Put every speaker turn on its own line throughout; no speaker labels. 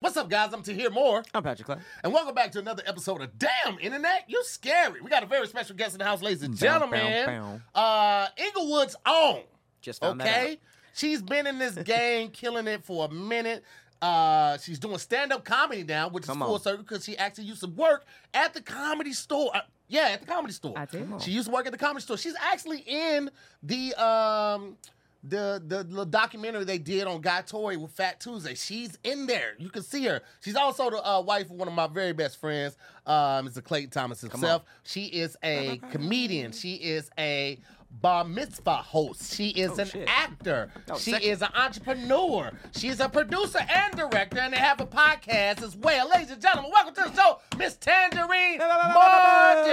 What's up, guys? I'm to hear more.
I'm Patrick Clark.
And welcome back to another episode of Damn Internet. You scary. We got a very special guest in the house, ladies and gentlemen.
bow,
Uh Inglewood's own.
Just found that
Okay. She's been in this game, killing it for a minute. Uh, she's doing stand-up comedy now, which
Come
is full
on.
circle because she actually used to work at the comedy store. Uh, yeah, at the comedy store.
I did. Come on.
She used to work at the comedy store. She's actually in the um the the little documentary they did on Guy Tory with Fat Tuesday. She's in there. You can see her. She's also the uh, wife of one of my very best friends, uh, Mr. Clayton Thomas himself. She is a comedian. She is a bar mitzvah host. She is an
shit.
actor.
Oh,
she
second.
is an entrepreneur. She is a producer and director, and they have a podcast as well. Ladies and gentlemen, welcome to the show, Miss Tangerine Martin.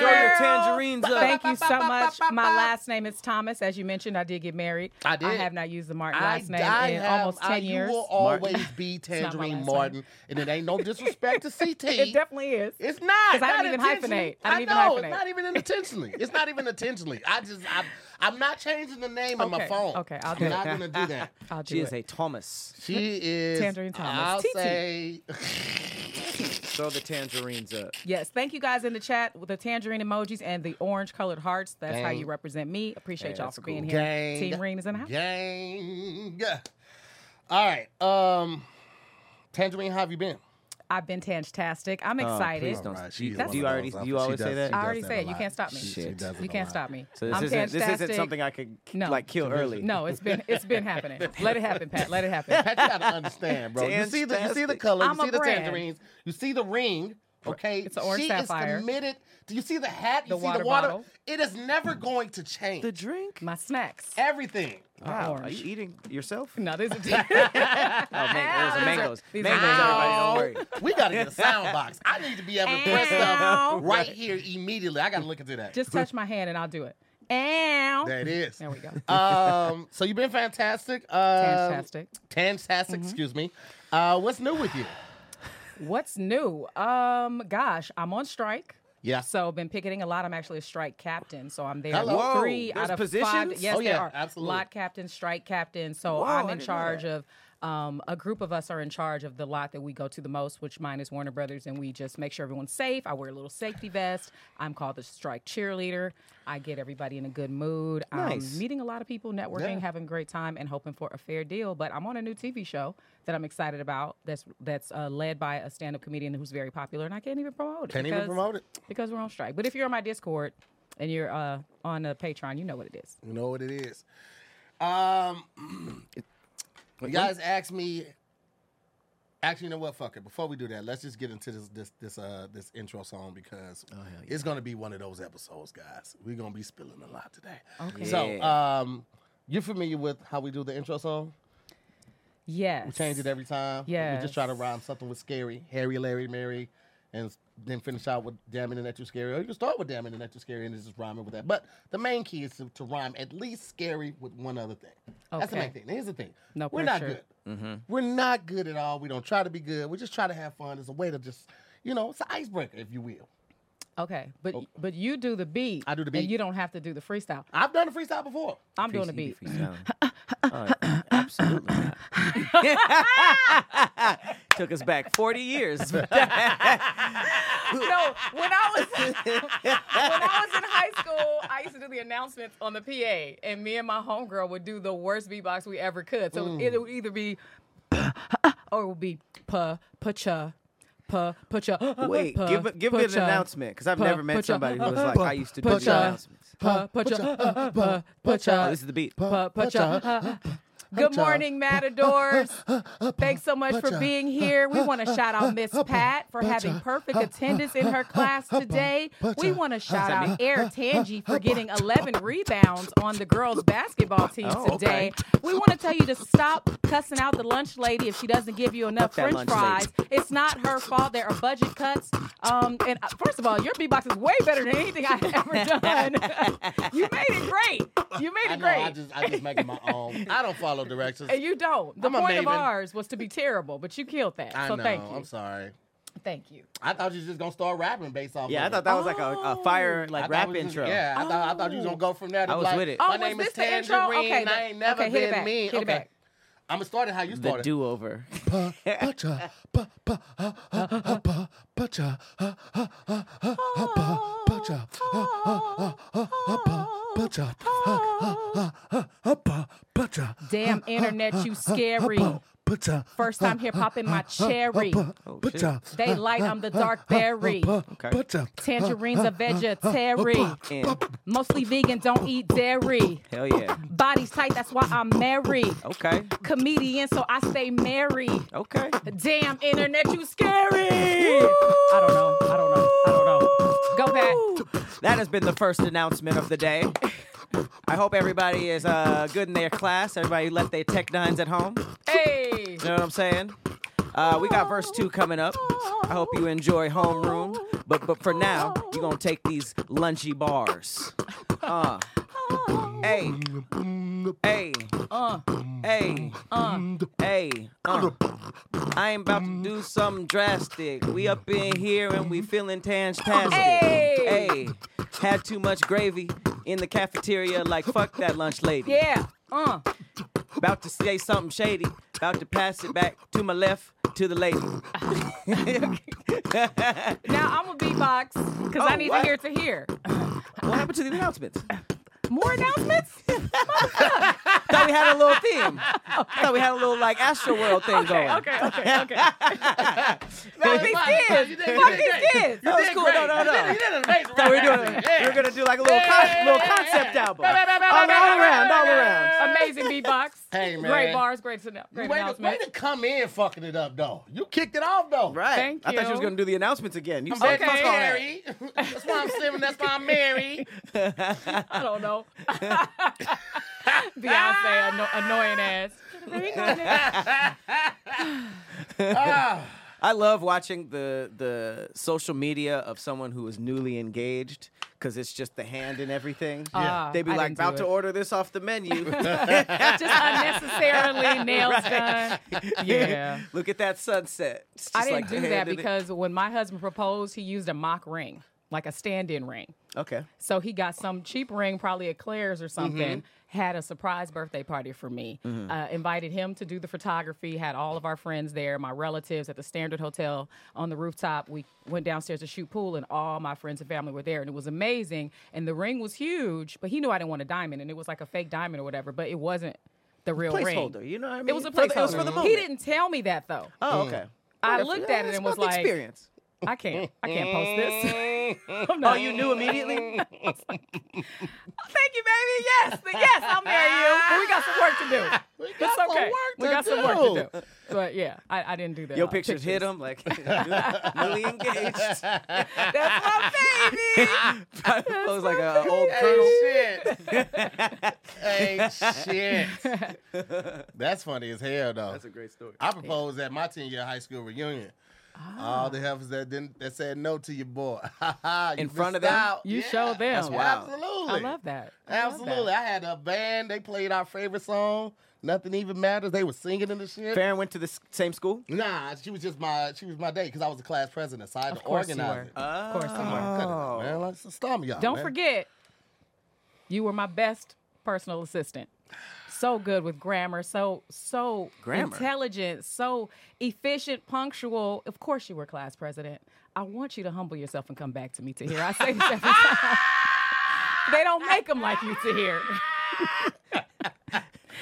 Throw your tangerines up.
Thank you so much. My last name is Thomas. As you mentioned, I did get married.
I did.
I have not used the Martin
I-
last name
I
in
have-
almost 10
I-
years.
You will
Martin.
always be
my
Tangerine
last
Martin, and it ain't no disrespect to CT.
it definitely is.
It's not.
'Cause I
not
don't even
intentionally.
hyphenate. I don't even
know.
hyphenate.
It's not even intentionally. it's not even intentionally. I just, I'm, I'm not changing the name on my
Okay,
phone.
okay, I'll do
I'm
it.
not gonna do that.
I'll do
She is
it.
a Thomas.
She is
Tangerine Thomas.
I'll
TT.
say
Throw the tangerines up.
yes. Thank you guys in the chat with the tangerine emojis and the orange colored hearts. That's how
Gang.
you represent me. Appreciate
Hey,
y'all
that's
for being
cool.
here.
gang.
Team Reen is in the house.
Gang. All right. Um, Tangerine, how have you been?
I've been tantastic. I'm excited.
Oh, please don't.
Alright,
you,
she's one
do you
of
already?
those
Do you
up- she
always say
does-
that?
she
I already
does
say
that
it.
a
You
lot.
can't stop me.
She- she
Shit.
does it
You
a
can't
lot.
stop me.
So this
I'm
isn't, this
tantastic.
isn't something I could
No.
like kill early.
No, it's been it's been happening. Let it happen, Pat. Let it happen.
Pat, you gotta understand, bro. You see the you see the
Fantastic.
color,
I'm
you
a
see the
brand.
tangerines, you see the ring. Okay,
It's an orange
she
sapphire.
is committed. Do you see the hat? You
The
see
water
the water.
bottle.
It is never going to change.
The drink.
My snacks.
Everything.
Wow,
Wow.
orange.
Are you eating yourself?
No, these are
Oh, man, those are mangoes.
These are-
mangoes, everybody. Don't worry.
We gotta get a sound box. I need to be able to press
Ow.
stuff right here immediately. I gotta look into that.
Just touch my hand and I'll do it. Ow.
there it is.
There we go.
um, so you've been fantastic. Um,
Fantastic. Mm-hmm.
Fantastic. Excuse me. Uh, what's new with you?
What's new? Um, gosh, I'm on strike.
Yeah.
So been picketing a lot. I'm actually a strike captain, so I'm there.
Hello.
Whoa,
Three
there's
out of five.
positions?
Yes,
Oh,
there
yeah,
are.
absolutely.
Lot captain, strike captain. So
Whoa,
I'm
I
in
didn't know
charge
that.
of. Um, a group of us are in charge of the lot that we go to the most, which mine is Warner Brothers, and we just make sure everyone's safe. I wear a little safety vest. I'm called the strike cheerleader. I get everybody in a good mood.
Nice.
I'm meeting a lot of people, networking,
Yeah.
having a great time, and hoping for a fair deal. But I'm on a new TV show that I'm excited about. That's that's uh, led by a stand-up comedian who's very popular, and I can't even promote it.
Can't even
because-
promote it.
because we're on strike. But if you're on my Discord and you're uh, on a Patreon, you know what it is.
You know what it is. Um, you guys asked me. Actually, you know what? Fuck it. Before we do that, let's just get into this this this uh this intro song because it's gonna be one of those episodes, guys. We're gonna be spilling a lot today.
Okay.
So,
Yeah.
um, you're familiar with how we do the intro song?
Yes.
We change it every time. We just try to
Yes.
rhyme something with scary, Harry, Larry, Mary, and s- then finish out with damn it and that too scary. Or you can start with damn it and that too scary and it's just rhyming with that. But the main key is to, to rhyme at least scary with one other thing. That's the main
Okay.
thing. Here's the thing.
No
We're not
pressure.
good.
Mm-hmm.
We're not good at all. We don't try to be good. We just try to have fun. It's a way to just, you know, it's an icebreaker, if you will.
Okay, but but you do the beat.
Oh. I do the beat.
And you don't have to do the freestyle.
I've done a freestyle before.
I'm doing the beat.
Oh, absolutely not. Took us back 40 years.
no, when I was when I was in high school, I used to do the announcements on the PA, and me and my homegirl would do the worst beatbox we ever could. So
Mm.
it would either be or it would be pa pa cha pa pa cha.
Wait,
pa,
give, a- give
pa,
me an
cha,
announcement because I've
pa,
never
pa,
met
cha,
somebody who was
pa,
like, I used to do
pa,
the
cha,
announcements.
pa pa cha pa pa
Oh,
cha.
this is the beat.
Pa- pa- cha- Good morning, Matadors. Thanks so much for
Pacha.
being here. We want to shout out Miss Pat for having perfect attendance in her class today. We want to shout out Air Tangi for getting 11 rebounds on the girls' basketball team
Oh, okay.
today. We want to tell you to stop cussing out the lunch lady if she doesn't give you enough
Fuck that
french
lunch
fries.
lady.
It's not her fault. There are budget cuts. Um, and uh, first of all, your beatbox is way better than anything I've ever done. you made it great. You made it
I know.
great
I just, I just make it my own. I don't follow directions.
and you don't. The
I'm a
point of
maven.
ours was to be terrible, but you killed that.
I
so
know.
thank you.
I'm sorry.
Thank you.
I thought you was just gonna start rapping based off.
Yeah, I
of
thought
it.
that was like a, a fire
I
like
thought
rap
we was-
intro.
Yeah, I thought I thought you was gonna go from there. to
I was
like,
with it.
Oh,
My
was
name is
this the intro?
Tangerine.
Okay,
I
then-
ain't never
okay, hit it
been
back,
mean.
hit it
okay.
back.
I'm gonna start it how you
The
started.
do over.
Pacha, pa pa ha ha ha pa pacha, ha ha ha ha ha pa pacha, ha ha ha ha ha pa pacha, ha ha ha ha ha pa pacha.
Damn internet, you scary.
Pacha.
First time hip hop in my cherry.
Pacha.
They light, I'm the dark berry.
Okay. Pacha.
Tangerines are vegetarian.
And,
Mostly vegan, don't eat dairy.
hell yeah.
Body's tight, that's why I'm married.
Okay.
Comedian, so I stay married.
Okay.
Damn internet, you scary. I don't know. I don't know. I don't know. Go back.
That has been the first announcement of the day. I hope everybody is uh, good in their class. Everybody left their tech nines at home.
Hey.
You know what I'm saying? Uh, we got verse two coming up. I hope you enjoy homeroom. But but for now, you're gonna take these lunchy bars. Uh. Hey, hey,
Uh,
hey,
uh.
hey, uh. I ain't about to do something drastic. We up in here and we feeling tantastic.
Hey.
hey, had too much gravy in the cafeteria. Like fuck that lunch lady.
Yeah. Uh.
About to say something shady. About to pass it back to my left to the lady.
Now I'm a beatbox because
Oh,
I need
what?
to hear to hear.
What happened to the announcements?
More announcements?
Thought we had a little theme. Thought we had a little like Astro World thing going.
okay, okay, okay.
Fuck
these kids. Fuck these kids.
That was cool. No, no, no.
You did amazing.
Thought we were doing. We were gonna do like a little con- little concept album. All all around, all around.
Amazing beatbox.
Hey, man.
Great bars, great, annou- great
Way to, way
announcements.
to come in fucking it up, though. You kicked it off, though.
Right.
Thank
I thought you was
you.
gonna do the announcements again. You
That's
said
Okay.
fuck all that.
Mary. That's why I'm slimming. That's why I'm married.
I don't know. Beyonce, anno- annoying ass.
Ah,
I love watching the the social media of someone who is newly engaged because it's just the hand and everything.
Yeah.
They'd be
Ah, I
like,
didn't do
about to
it."
order this off the menu.
Just unnecessarily nails done. Yeah.
Look at that sunset. It's
I
just
didn't
like the
do
hand
that
and it-
because when my husband proposed, he used a mock ring, like a stand-in ring.
Okay.
So he got some cheap ring, probably at Claire's
Mm-hmm.
or something. Had a surprise birthday party for me. Uh, invited him to do the photography. Had all of our friends there, my relatives at the Standard Hotel on the rooftop. We went downstairs to shoot pool, and all my friends and family were there, and it was amazing. And the ring was huge, but he knew I didn't want a diamond, and it was like a fake diamond or whatever, but it wasn't the real
Placeholder.
ring.
You know what I mean?
It was a
For the-
placeholder.
It was for the moment.
He didn't tell me that though.
Oh, okay.
I
Yeah,
looked
yeah,
at it
it's
and was
about the
like,
experience.
I can't. I can't post this.
Oh, you knew immediately?
Thank you, baby. Yes, Th- yes, I'll marry you. But we got some work to do.
We got
it's
some
okay.
work
we
to
got some work
do.
to do. But yeah, I, I didn't do that.
Your
Uh,
pictures hit him like newly engaged.
That's my baby.
It was like an old colonel.
Hey, shit. hey, shit. That's funny as hell, though.
That's a great story.
I proposed at my 10 year high school reunion.
Ah.
All the heifers that didn't that said no to your boy. you
In front of
missed
them?
out.
You
Yeah.
showed them.
That's wild.
Absolutely.
I love that. I love that.
Absolutely. I had a band. They played our favorite song. Nothing even matters. They were singing in the shit.
Farron went to the s- same school?
Nah, she was just my she was my date because I was the class president, so I had
Of
to
course you
organize
were.
it.
Of course you were.
Oh. Man, like, stop y'all.
Don't
man.
forget, you were my best personal assistant. So good with grammar, so so
Grammar?
intelligent, so efficient, punctual. Of course, you were class president. I want you to humble yourself and come back to me to hear. I say this every time. they don't make them like you to hear.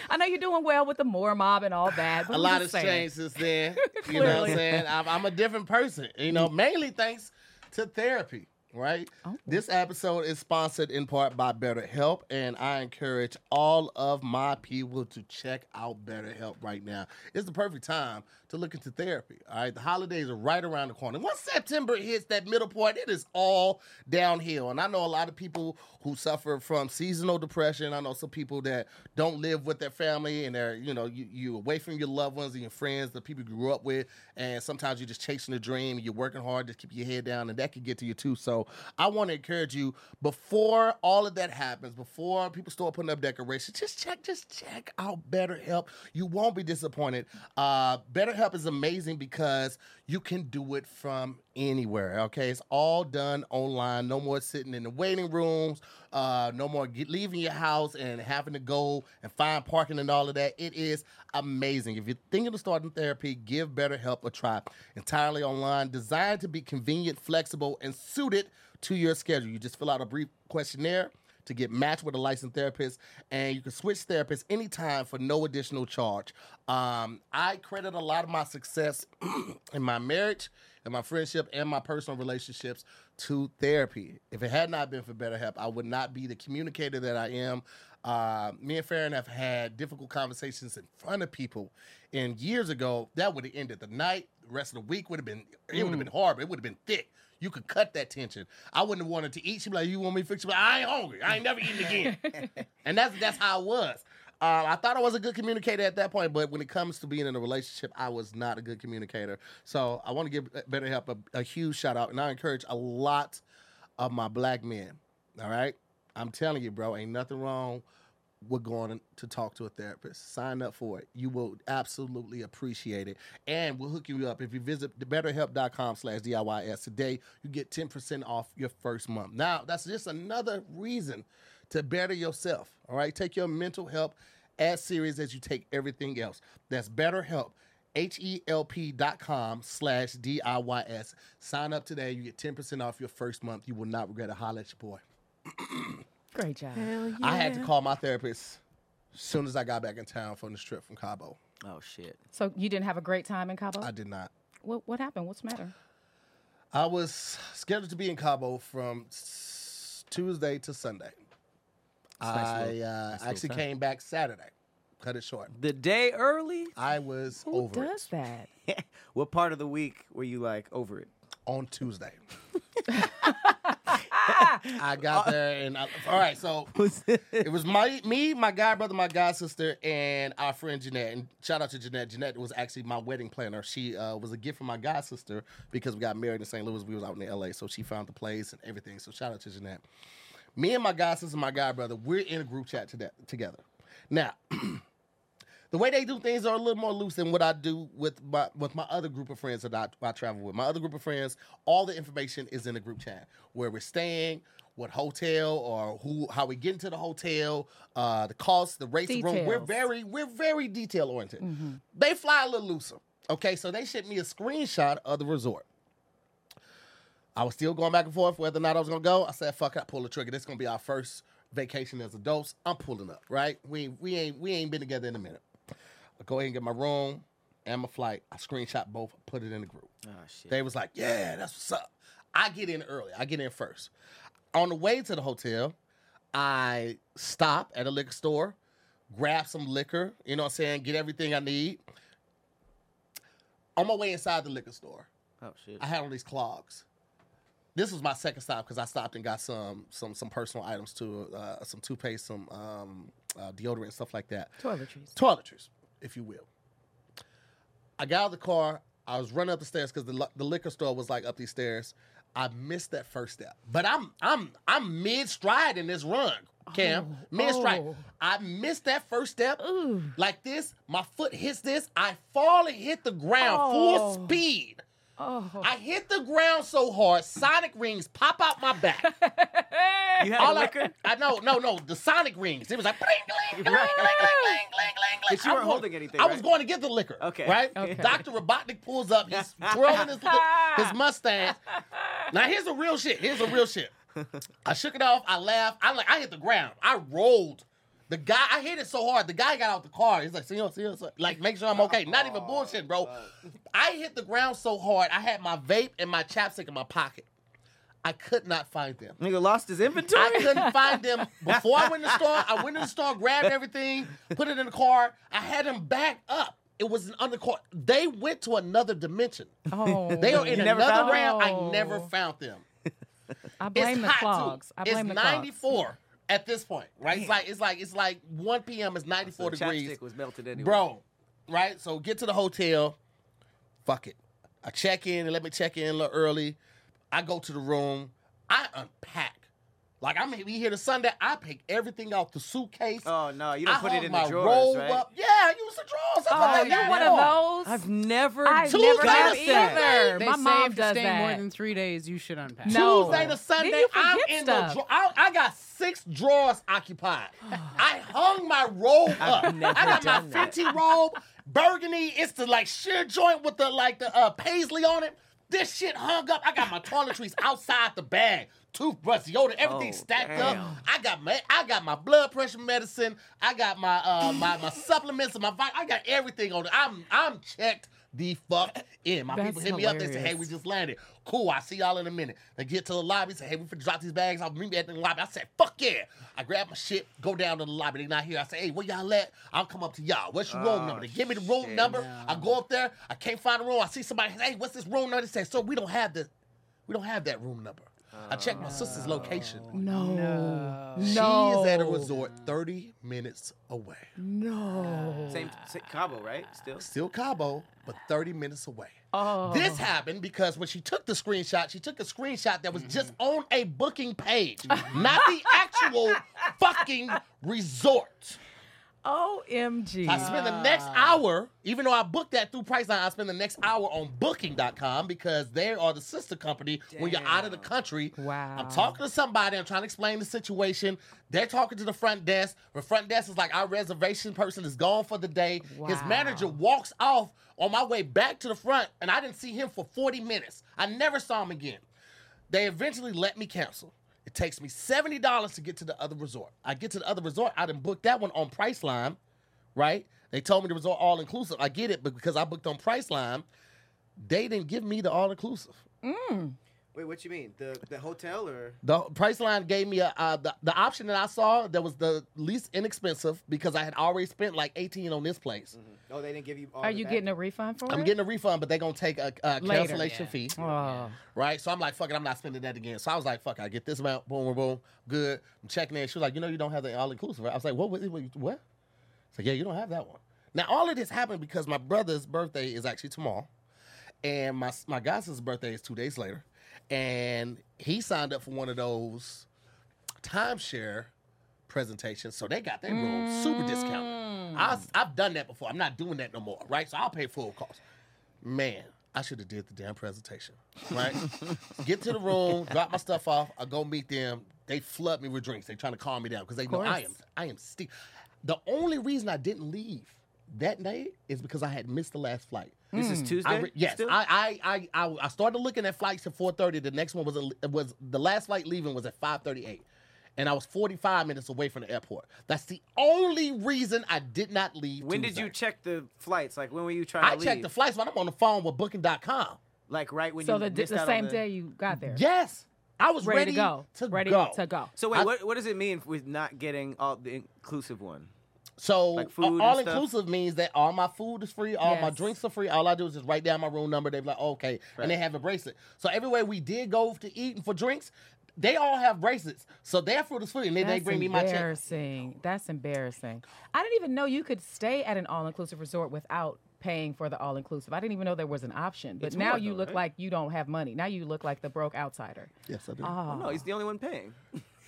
I know you're doing well with the Moore mob and all that. But
a
I'm
lot has
just saying.
changed since then. you know what I'm
Clearly.
saying? I'm, I'm a different person, you know, mainly thanks to therapy, right?
Oh.
This episode is sponsored in part by BetterHelp, and I encourage all of my people to check out BetterHelp right now. It's the perfect time to look into therapy, all right? The holidays are right around the corner. Once September hits that middle part, it is all downhill. And I know a lot of people who suffer from seasonal depression. I know some people that don't live with their family and they're, you know, you, you away from your loved ones and your friends, the people you grew up with. And sometimes you're just chasing a dream. You're working hard to keep your head down and that could get to you too. So I want to encourage you before all of that happens, before people start putting up decorations, just check, just check out BetterHelp. You won't be disappointed. Uh, BetterHelp is amazing because you can do it from anywhere. Okay, it's all done online. No more sitting in the waiting rooms. Uh, no more get, leaving your house and having to go and find parking and all of that. It is amazing. If you're thinking of starting therapy, give BetterHelp a try. Entirely online, designed to be convenient, flexible, and suited to your schedule. You just fill out a brief questionnaire to get matched with a licensed therapist, and you can switch therapists anytime for no additional charge. Um, I credit a lot of my success in my marriage, in my friendship, and my personal relationships to therapy. If it had not been for BetterHelp, I would not be the communicator that I am. Uh, me and Farron have had difficult conversations in front of people, and years ago that would have ended the night. The rest of the week would have been it would have been hard, but it would have been thick. You could cut that tension. I wouldn't have wanted to eat. She'd be like, "You want me to fix you?" I ain't hungry. I ain't never eating again. and that's that's how I was. Um, I thought I was a good communicator at that point, but when it comes to being in a relationship, I was not a good communicator. So I want to give uh, BetterHelp a, a huge shout out, and I encourage a lot of my black men. All right, I'm telling you, bro, ain't nothing wrong with going to talk to a therapist. Sign up for it. You will absolutely appreciate it, and we'll hook you up if you visit BetterHelp.com/diys today. You get 10% off your first month. Now, that's just another reason to better yourself. All right, take your mental health as serious as you take everything else. That's BetterHelp. H-E-L-P dot com slash D-I-Y-S. Sign up today. You get 10% off your first month. You will not regret a holla at your boy.
Great job.
I had to call my therapist as soon as I got back in town from this trip from Cabo.
Oh shit.
So you didn't have a great time in Cabo?
I did not.
what what happened? What's the matter?
I was scheduled to be in Cabo from s- Tuesday to Sunday.
a nice
I
little-
uh,
nice little
actually
time.
came back Saturday. Cut it short.
The day early?
I was
Who
over it
does that?
What part of the week were you like over it?
on Tuesday. I got there and I, all right, so
Was it?
it was my me, my god brother, my god sister, and our friend Jeanette. And shout out to Jeanette. Jeanette was actually my wedding planner. She uh, was a gift from my god sister because we got married in St. Louis. We was out in L.A., so she found the place and everything. So shout out to Jeanette. Me and my god sister, and my god brother, we're in a group chat today, together. Now, the way they do things are a little more loose than what I do with my with my other group of friends that I, I travel with. My other group of friends, all the information is in the group chat where we're staying, what hotel or who, how we get into the hotel, uh, the cost, the rates. of room. We're
Details.
very we're very detail oriented. They fly a little looser. Okay, so they sent me a screenshot of the resort. I was still going back and forth whether or not I was gonna go. I said, "Fuck, it, I pull the trigger. This is gonna be our first vacation as adults. I'm pulling up, right? We we ain't we ain't been together in a minute. I go ahead and get my room and my flight. I screenshot both, put it in the group.
Oh shit.
They was like, "Yeah, that's what's up." I get in early. I get in first. On the way to the hotel, I stop at a liquor store, grab some liquor. You know what I'm saying? Get everything I need. On my way inside the liquor store,
Oh shit.
I had on these clogs. This was my second stop because I stopped and got some some some personal items too, uh, some toothpaste, some um, uh, deodorant, and stuff like that.
Toiletries.
Toiletries, if you will. I got out of the car. I was running up the stairs because the, li- the liquor store was like up these stairs. I missed that first step, but I'm I'm I'm mid stride in this run, Cam.
Oh,
mid stride.
oh.
I missed that first step.
Ooh.
Like this, my foot hits this. I fall and hit the ground
Oh.
full speed.
Oh.
I hit the ground so hard, sonic rings pop out my back.
You had
All
a
I,
liquor?
I know, no, no, the sonic rings. It was like bling, bling, bling, bling, bling, bling, bling, bling.
But you
I'm
weren't
going-
holding anything,
I was
right?
going to get the liquor.
Okay.
Right?
Okay.
Dr. Robotnik pulls up. He's twirling his, li- his mustache. Now, here's the real shit. Here's the real shit. I shook it off. I laughed. I like. I hit the ground. I rolled. The guy, I hit it so hard. The guy got out the car. He's like, see you, see you, see you." like, make sure I'm okay. Not
Oh,
even bullshit, bro. I hit the ground so hard. I had my vape and my chapstick in my pocket. I could not find them.
Nigga lost his inventory.
I couldn't find them before I went to the store. I went to the store, grabbed everything, put it in the car. I had them back up. It was an undercourt. They went to another dimension.
oh.
They are in
never found
another
them?
round. I
Oh.
never found them.
I
It's
blame the
hot
clogs.
too.
I blame
it's
the clogs.
94 at this point, right? It's like it's like it's like 1 p.m. It's 94
the
degrees,
chapstick was melted anyway.
bro. Right? So get to the hotel. Fuck it. I check in and let me check in a little early. I go to the room. I unpack. Like I'm be here to Sunday. I pick everything out the suitcase.
Oh no, you
I
don't put it
hung
in
my
the drawers,
roll
right?
up. Yeah, I use the drawers. That's what
Oh,
I
you're
got
one
on.
of those.
I've never.
I've
done
never
that.
done
Tuesday.
either.
They
My
say
mom
if
does
you stay more
that.
than three days, you should unpack.
No.
Tuesday to Sunday,
Then you
I'm
forget
in
stuff.
the drawer. I, I got six drawers occupied. I hung my robe up. I
never
got my
done that.
Fenty robe, burgundy. It's the like sheer joint with the like the uh, paisley on it. This shit hung up. I got my toiletries outside the bag. Toothbrush, deodorant, everything
Oh,
stacked up.
damn.
I got my I got my blood pressure medicine. I got my uh my, my supplements and my vi- I got everything on it. I'm I'm checked the fuck in. My people
That's
hit me up. They said, hey, we just landed. Cool, I see y'all in a minute. They get to the lobby, say, hey, we finna drop these bags. I'll meet me at the lobby. I said, fuck yeah. I grab my shit, go down to the lobby. They not here. I say, hey, where y'all at? I'll come up to y'all. What's your room
Oh,
number? They give me the room
shit.
number. I go up there. I can't find a room. I see somebody, hey, what's this room number? They say, so we don't have the, we don't have that room number. I check my sister's location.
No.
No.
She is at a
Oh. No.
resort 30 minutes away.
No.
Same, same Cabo, right? Still.
Still Cabo, but 30 minutes away.
Oh.
This happened because when she took the screenshot, she took a screenshot that was just
Mm-hmm.
on a booking page, not the actual fucking resort.
OMG.
I spent the next hour, even though I booked that through Priceline, I spent the next hour on booking.com because they are the sister company when you're out of the country.
Wow.
I'm talking to somebody, I'm trying to explain the situation. They're talking to the front desk. The front desk is like, our reservation person is gone for the day. His
Wow.
manager walks off on my way back to the front, and I didn't see him for 40 minutes. I never saw him again. They eventually let me cancel. It takes me $70 to get to the other resort. I get to the other resort, I didn't book that one on Priceline right? They told me the resort all inclusive. I get it, but because I booked on Priceline, they didn't give me the all inclusive.
Wait, what you mean? The the hotel or?
The Priceline gave me a, uh, the, the option that I saw that was the least inexpensive because I had already spent like 18 on this place.
Oh, they didn't give you. All
Are you getting a refund for it?
I'm getting a refund, but they're going to take a, a
Later.
cancellation
Yeah.
fee.
Oh.
right? So I'm like, fuck it, I'm not spending that again. So I was like, fuck, it, I get this amount, boom, boom, boom, good. I'm checking in. She was like, you know, you don't have the all inclusive. Right? I was like, what? What? what, what? She's like, yeah, you don't have that one. Now all of this happened because my brother's birthday is actually tomorrow, and my my god sister's birthday is two days later, and he signed up for one of those timeshare presentations, so they got their room super discounted. I, was- I've done that before. I'm not doing that no more, right? So I'll pay full cost man, I should have did the damn presentation, right? Get to the room, drop my stuff off. I go meet them. They flood me with drinks. They trying to calm me down because they know I am
course.
I am steep. The only reason I didn't leave that night is because I had missed the last flight.
This
Mm.
is Tuesday.
I re- yes,
still?
I, I I I I started looking at flights at 4:30. The next one was a, was the last flight leaving was at 5:38, and I was 45 minutes away from the airport. That's the only reason I did not leave.
When did
Tuesday.
you check the flights? Like when were you trying
I
to leave?
checked the flights, but I'm on the phone with Booking.com.
Like right when
So
you
the,
missed out
the
on
same
the-
day you got there.
Yes, I was
Ready,
ready,
to go.
To
ready
go.
to go.
So wait,
I-
what what does it mean with not getting all the inclusive one?
So
Like food and
all
stuff?
inclusive means that all my food is free, all my
Yes.
drinks are free. All I do is just write down my room number. They be like, okay, and they have a bracelet. So everywhere we did go to eat and for drinks, they all have bracelets. So their food is free, and then they
That's
bring me my check.
embarrassing. That's embarrassing. I didn't even know you could stay at an all-inclusive resort without paying for the all-inclusive. I didn't even know there was an option. But
It's
now
more,
you
though,
look
right?
like you don't have money. Now you look like the broke outsider.
Yes, I do.
Uh-huh.
Oh. No, he's the only one paying.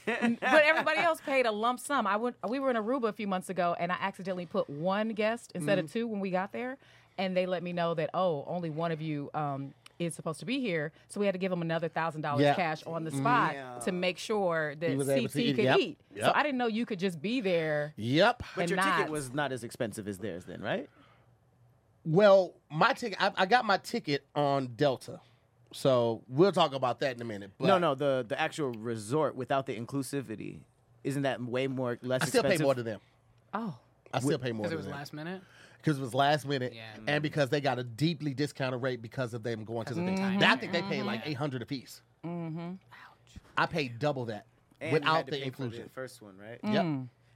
but everybody else paid a lump sum. I went. We were in Aruba a few months ago, and I accidentally put one guest instead
Mm.
of two when we got there, and they let me know that oh, only one of you. Um, is supposed to be here, so we had to give him another thousand
Yeah. Mm.
dollars cash on the spot to make sure that
He was able
CT
to eat,
could
yep,
eat. So
yep.
I didn't know you could just be there.
Yep.
But
And
your
not-
ticket was not as expensive as theirs then, right?
Well, my ticket. I, I got my ticket on Delta, so we'll talk about that in a minute. But
no, no, the the actual resort without the inclusivity. Isn't that way more less
I still
expensive?
pay more than them.
Oh,
I still pay more
Because
than
it was
them.
last minute.
because it was last minute
Yeah.
Mm.
and because they got a deeply discounted rate because of them going to the
Mm-hmm.
thing. I think they paid like 800 a piece. I paid double that
And you had
without
to
the
pay for Mm.
inclusion. Mm.
The first one, right?
Yep.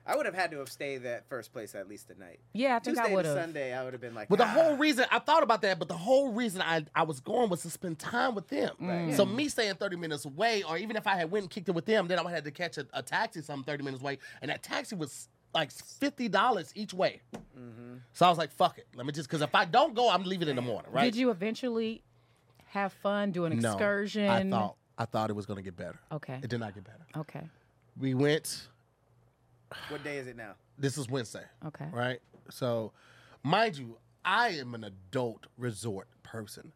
I would have had to have stayed that first place at least a night.
Yeah, I think I
Tuesday
would've.
to Sunday, I would have been like.
But the
"Ah."
whole reason I thought about that, but the whole reason I, I was going was to spend time with them.
Mm.
So me staying 30 minutes away, or even if I had went and kicked it with them, then I would have had to catch a, a taxi some 30 minutes away. And that taxi was like $50 each way.
Mm-hmm.
So I was like, fuck it. Let me just, because if I don't go, I'm leaving in the morning, right?
did you eventually have fun do an excursion?
I thought I thought it was gonna get better.
Okay.
It did not get better.
Okay.
We went.
What day is it now?
This is Wednesday,
Okay.
right? So, mind you, I am an adult resort person.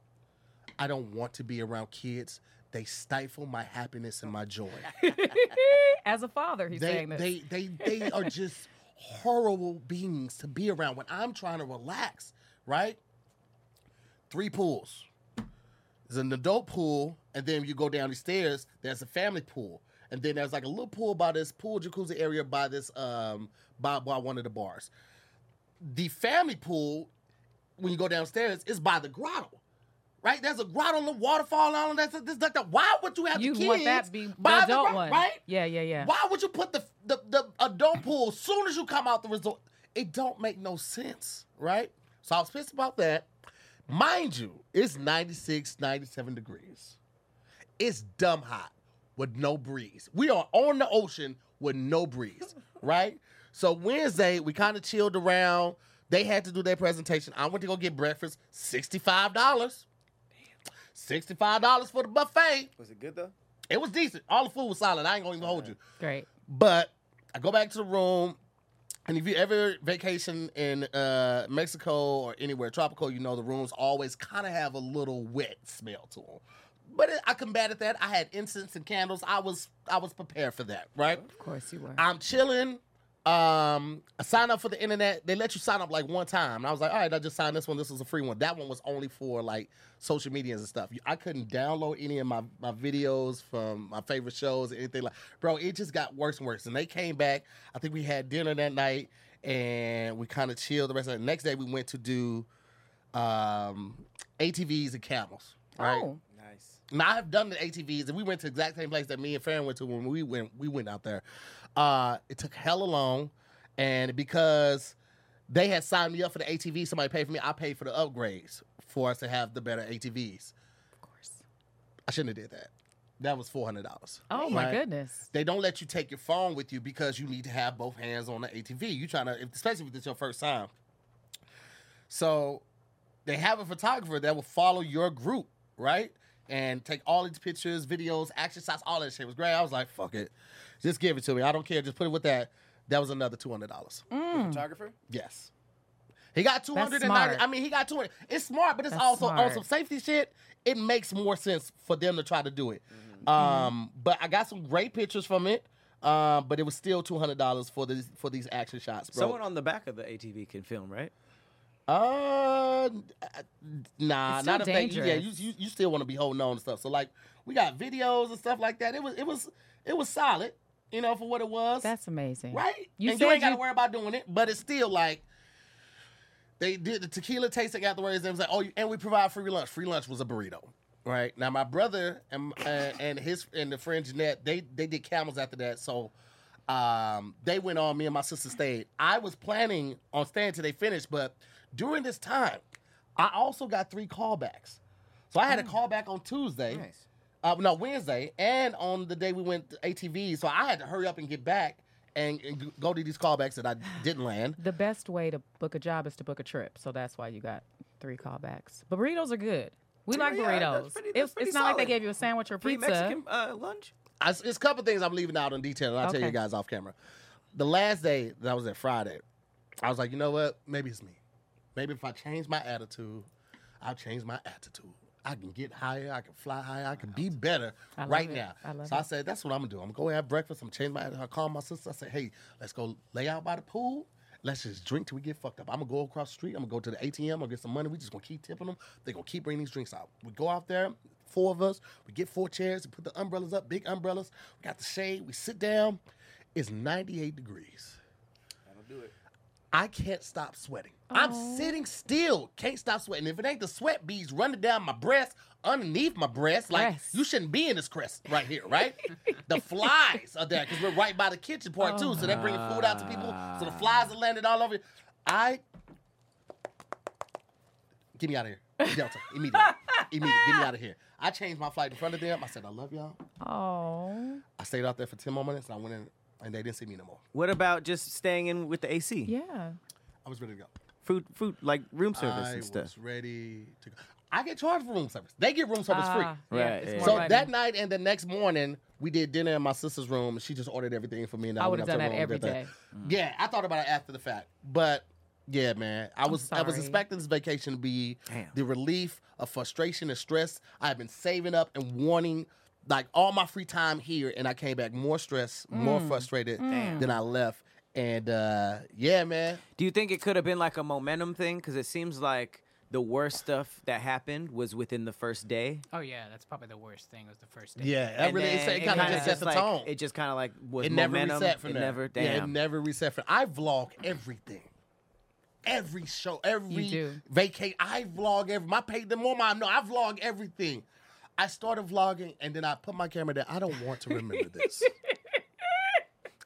I don't want to be around kids. They stifle my happiness and my joy.
As a father, he's
they,
saying this.
they they they are just horrible beings to be around when I'm trying to relax, right? Three pools. There's an adult pool, and then you go down the stairs, there's a family pool. And then there's like a little pool by this pool jacuzzi area by this um by, by one of the bars. The family pool, when you go downstairs, is by the grotto. Right? There's a grotto and a waterfall and all of that. This, that, that. Why would you have
you
the kids?
want that be
by
the adult
gro-
one,
right?
Yeah, yeah, yeah.
Why would you put the, the the adult pool as soon as you come out the resort? It don't make no sense, right? So I was pissed about that. Mind you, it's 96, 97 degrees. It's dumb hot with no breeze. We are on the ocean with no breeze, right? So Wednesday, we kind of chilled around. They had to do their presentation. I went to go get breakfast, $65. $65 for the buffet.
Was it good though?
It was decent. All the food was solid. I ain't gonna even hold you.
Great.
But I go back to the room, and if you ever vacation in uh, Mexico or anywhere tropical, you know the rooms always kind of have a little wet smell to them. But it, I combated that. I had incense and candles. I was I was prepared for that, right?
Of course you were.
I'm chilling. Um, I sign up for the internet. They let you sign up like one time. And I was like, all right, I just signed this one. This was a free one. That one was only for like social medias and stuff. I couldn't download any of my, my videos from my favorite shows or anything like bro, it just got worse and worse. And they came back. I think we had dinner that night and we kind of chilled the rest of the next day we went to do um ATVs and camels. Right.
Oh,
Nice.
Now I've done the ATVs, and we went to the exact same place that me and Farron went to when we went. We went out there. Uh, it took hella long, and because they had signed me up for the ATV, somebody paid for me. I paid for the upgrades for us to have the better ATVs.
of course.
I shouldn't have did that. That was four hundred dollars.
Oh my goodness.
They don't let you take your phone with you because you need to have both hands on the ATV. You trying to, if- especially if it's your first time. So, they have a photographer that will follow your group, right? And take all these pictures, videos, action shots, all that shit It was great. I was like, fuck it, just give it to me. I don't care. Just put it with that. That was another two hundred dollars.
The photographer?
Yes. He got 290.
smart.
I mean, he got 200. It's smart, but it's
That's
also on
smart.
some safety shit. It makes more sense for them to try to do it.
Mm-hmm.
Um, but I got some great pictures from it. Um, but it was still two hundred dollars for these for these action shots, bro.
Someone on the back of the ATV can film, right?
Uh, nah,
It's still
not if they, yeah. You,
dangerous.
you you still want to be holding on and stuff. So like we got videos and stuff like that. It was it was it was solid, you know, for what it was.
That's amazing.
right.
You
and
said
you ain't got to
you-
worry about doing it, but it's still like they did the tequila tasting afterwards. They was like, oh, and we provide free lunch. Free lunch was a burrito. Right now, my brother and uh, and his and the friend Jeanette, they they did camels after that. So, um, they went on. Me and my sister stayed. I was planning on staying till they finished, but during this time, I also got three callbacks. So I
Oh.
had a callback on Tuesday,
Nice.
uh, no Wednesday, and on the day we went to ATV. So I had to hurry up and get back and, and go to these callbacks that I didn't land.
The best way to book a job is to book a trip, so that's why you got three callbacks. But burritos are good. We like
yeah, that's
burritos.
pretty- that's
it's,
pretty
it's not like they
solid.
gave you a sandwich or
Free
pizza.
Mexican uh, lunch.
I, it's a couple things I'm leaving out in detail, and I'll tell
Okay.
you guys off camera. The last day that I was at Friday, I was like, you know what? Maybe it's me. Maybe if I change my attitude, I'll change my attitude. I can get higher. I can fly higher. I can be better
I love
right
it.
now.
I love
so I
it.
said, that's what I'm gonna do. I'm gonna go have breakfast. I'm change my. attitude. I call my sister. I said, hey, let's go lay out by the pool. Let's just drink till we get fucked up. I'm gonna go across the street. I'm gonna go to the ATM. I'm gonna get some money. We just gonna keep tipping them. They gonna keep bringing these drinks out. We go out there, four of us. We get four chairs and put the umbrellas up, big umbrellas. We got the shade. We sit down. It's 98 degrees.
That'll do it.
I can't stop sweating. I'm sitting still, can't stop sweating. If it ain't the sweat beads running down my breast, underneath my breast, like
Breast.
you shouldn't be in this crest right here, right? the flies are there because we're right by the kitchen part too, so they're bringing food out to people, so the flies are landing all over. you. I get me out of here, Delta, immediately, immediately, get me out of here. I changed my flight in front of them. I said, I love y'all.
Oh,
I stayed out there for ten more minutes, and I went in, and they didn't see me no more.
What about just staying in with the AC?
yeah.
I was ready to go.
Food, food, like room service
I
and stuff.
was ready to go. I get charged for room service. They get room service free.
Ah,
Right,
it's
yeah.
more
So
money.
that night and the next morning, we did dinner in my sister's room. and She just ordered everything for me, and I,
I
would
would've
have
done that every day. Mm.
Yeah, I thought about it after the fact, but yeah, man, I was I was
sorry.
expecting this vacation to be
Damn.
the relief of frustration and stress. I've been saving up and wanting like all my free time here, and I came back more stressed,
Mm.
more frustrated than I left. And uh, yeah, man,
Do you think it could have been like a momentum thing? Because it seems like the worst stuff that happened was within the first day.
Oh yeah, that's probably the worst thing. Was the first day.
yeah, that
And
really it,
then
kind of
kinda
just set the
like-
tone.
It just kind of like was
it never
momentum.
reset from
it
there.
never.
Yeah, it
Damn.
never reset from. I vlog everything. Every show, every
do.
vacate, I vlog every. My pay the more my no, I vlog everything. I started vlogging and then I put my camera down. I don't want to remember this.